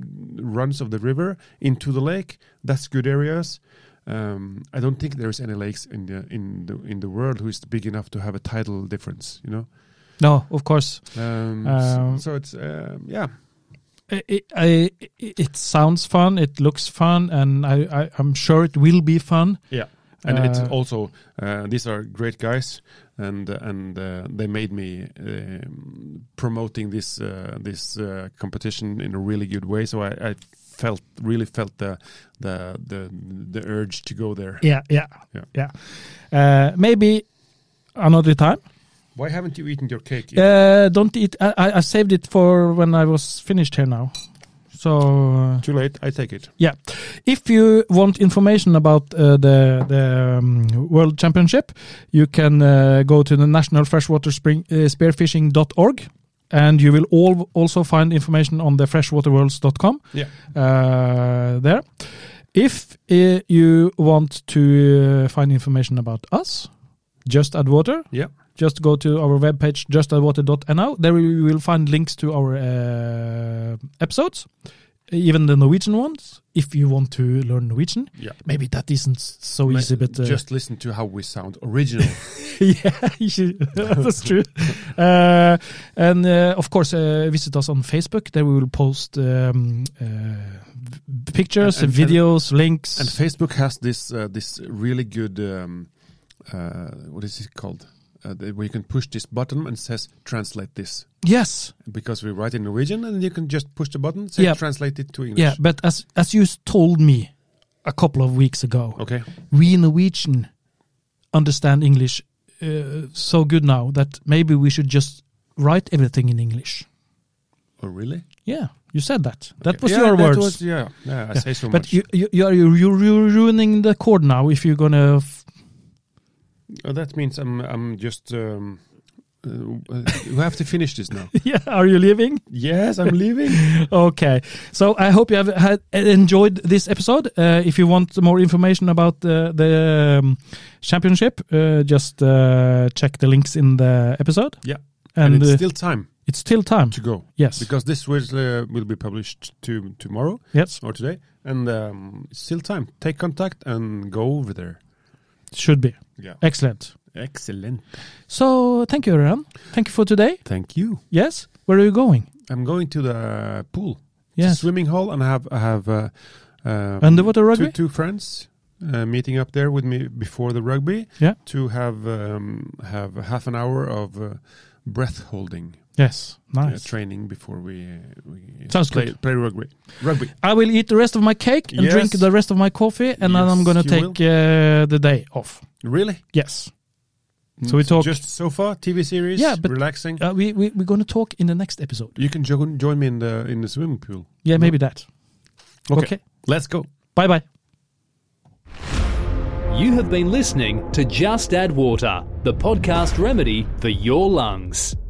runs of the river into the lake. That's good areas. Um, I don't think there's any lakes in the in the in the world who is big enough to have a tidal difference. You know,
no, of course.
um, so-
Um,
so, it's um, yeah,
I- I- I- It, sounds fun. It looks fun, and I, I, I'm sure it will be fun.
yeah. and it's
Uh,
also uh, these are great guys, and and uh, they made me um, promoting this uh, this uh, competition in a really good way. So I, I felt really felt the the the the urge to go there.
Yeah, yeah,
Yeah.
yeah. Uh, maybe another time.
Why haven't you eaten your cake? yet?
Uh, don't eat. I, I- I saved it for when I was finished here now. So uh,
Too late. I take it.
yeah, if you want information about uh, the the um, World Championship, you can uh, go to the National Freshwater Spring uh, Spearfishing.org. And you will all also find information on the freshwaterworlds.com
Yeah.
uh, there. If uh, you want to uh, find information about us, just add water,
Yeah.
just go to our webpage justadwater.no. There you will find links to our uh, episodes, even the Norwegian ones. If you want to learn Norwegian,
Yeah.
maybe that isn't so easy, but uh,
just listen to how we sound
*laughs*
original.
yeah, you should- *laughs* that's
*laughs*
true. Uh, and uh, of course, uh, visit us on Facebook. There we will post um, uh, v- pictures,
And- and-
videos, links.
And Facebook has this uh, this really good um, uh, what is it called? Uh, the- where you can push this button and says translate this
yes,
because we write in Norwegian and you can just push the button say
Yeah.
translate it to English.
yeah. But as as you s- told me a couple of weeks ago,
Okay.
we Norwegian understand English uh, so good now that maybe we should just write everything in English.
Oh really?
Yeah, you said that. That
Okay.
was
Yeah,
your
that
words.
was- yeah. Yeah. I say so
but
much.
you, you, you are you're, you're ruining the chord now if you're gonna f-
Oh, that means I'm I'm just. Um, uh, uh, we have to finish
*laughs*
this now.
yeah are you leaving
yes, I'm leaving.
okay so i hope you have had uh, enjoyed this episode uh, if you want more information about the, the um, championship uh, just uh, check the links in the episode
Yeah, and,
and,
it's
uh,
still time
it's still time
to go
yes
because this will uh, will be published to tomorrow.
yes
or today, and um, it's still time. Take contact and go over there.
should be
Yeah,
excellent
excellent.
so thank you Aaron. thank you for today
Thank you.
yes where are you going
I'm going to the pool, It's a
yes
swimming hole, and I have I have uh, um,
underwater
two,
rugby
two friends uh, meeting up there with me before the rugby.
Yeah.
to have um, have half an hour of uh, breath holding
yes
uh,
nice
training before we we
Sounds
play
good.
play rugby. Rugby.
I will eat the rest of my cake and
Yes.
drink the rest of my coffee, and then I'm
Yes,
gonna
you
take uh, the day off.
Really?
Yes. So we talk.
Mm, just sofa TV series.
Yeah, but-
relaxing.
uh, we we we're gonna talk in the next episode.
you can join join me in the in the swimming pool.
Yeah, maybe that. Okay.
Let's go.
Bye bye.
You have been listening to Just Add Water, the podcast remedy for your lungs.